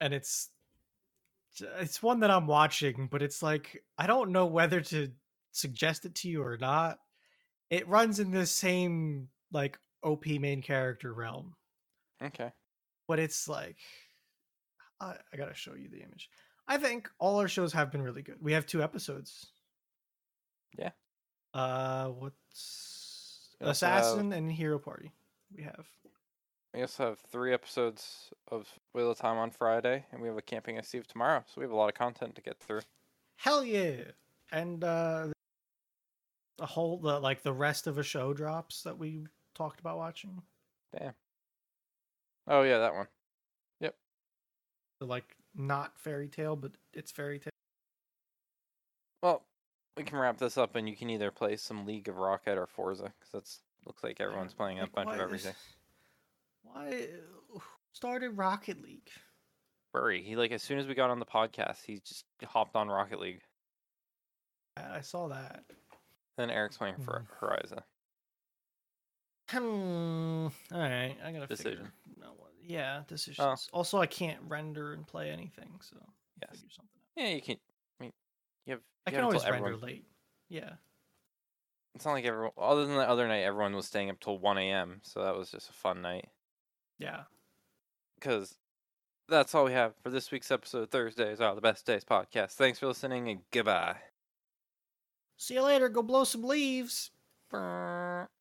B: And it's it's one that I'm watching, but it's like I don't know whether to suggest it to you or not. It runs in this same like OP main character realm.
A: Okay,
B: but it's like I, I gotta show you the image. I think all our shows have been really good. We have two episodes.
A: Yeah.
B: Uh, what's
A: We also have-
B: Assassin and Hero Party? We have.
A: we also have three episodes of Wheel of Time on Friday, and we have a camping at Steve tomorrow, so we have a lot of content to get through.
B: Hell yeah! And uh, the whole the like the rest of a show drops that we talked about watching.
A: Oh yeah, that one.
B: So, like not fairy tale, but it's fairy tale.
A: Well, we can wrap this up, and you can either play some League of Rocket or Forza, because that's looks like everyone's playing a
B: Like,
A: bunch of
B: why- uh,
A: everything.
B: Why who started Rocket League?
A: Burry. He like as soon as we got on the podcast, he just hopped on Rocket League.
B: I I saw that.
A: Then Eric's playing for
B: Mhm.
A: Horizon.
B: Hmm. All right, I gotta
A: Decision. Oh.
B: figure. out what- Yeah, decisions. Also, I can't render and play anything, so I'll
A: Yes.
B: figure something out.
A: Yeah, you can. I mean, you have.
B: I
A: you
B: can
A: have until
B: always render
A: everyone-
B: late. Yeah.
A: It's not like everyone. Other than the other night, everyone was staying up till one a.m. So that was just a fun night.
B: Yeah.
A: because that's all we have for this week's episode of Thursdays Are the Best Days podcast. Thanks for listening and goodbye.
B: See you later. Go blow some leaves.
A: Brrr.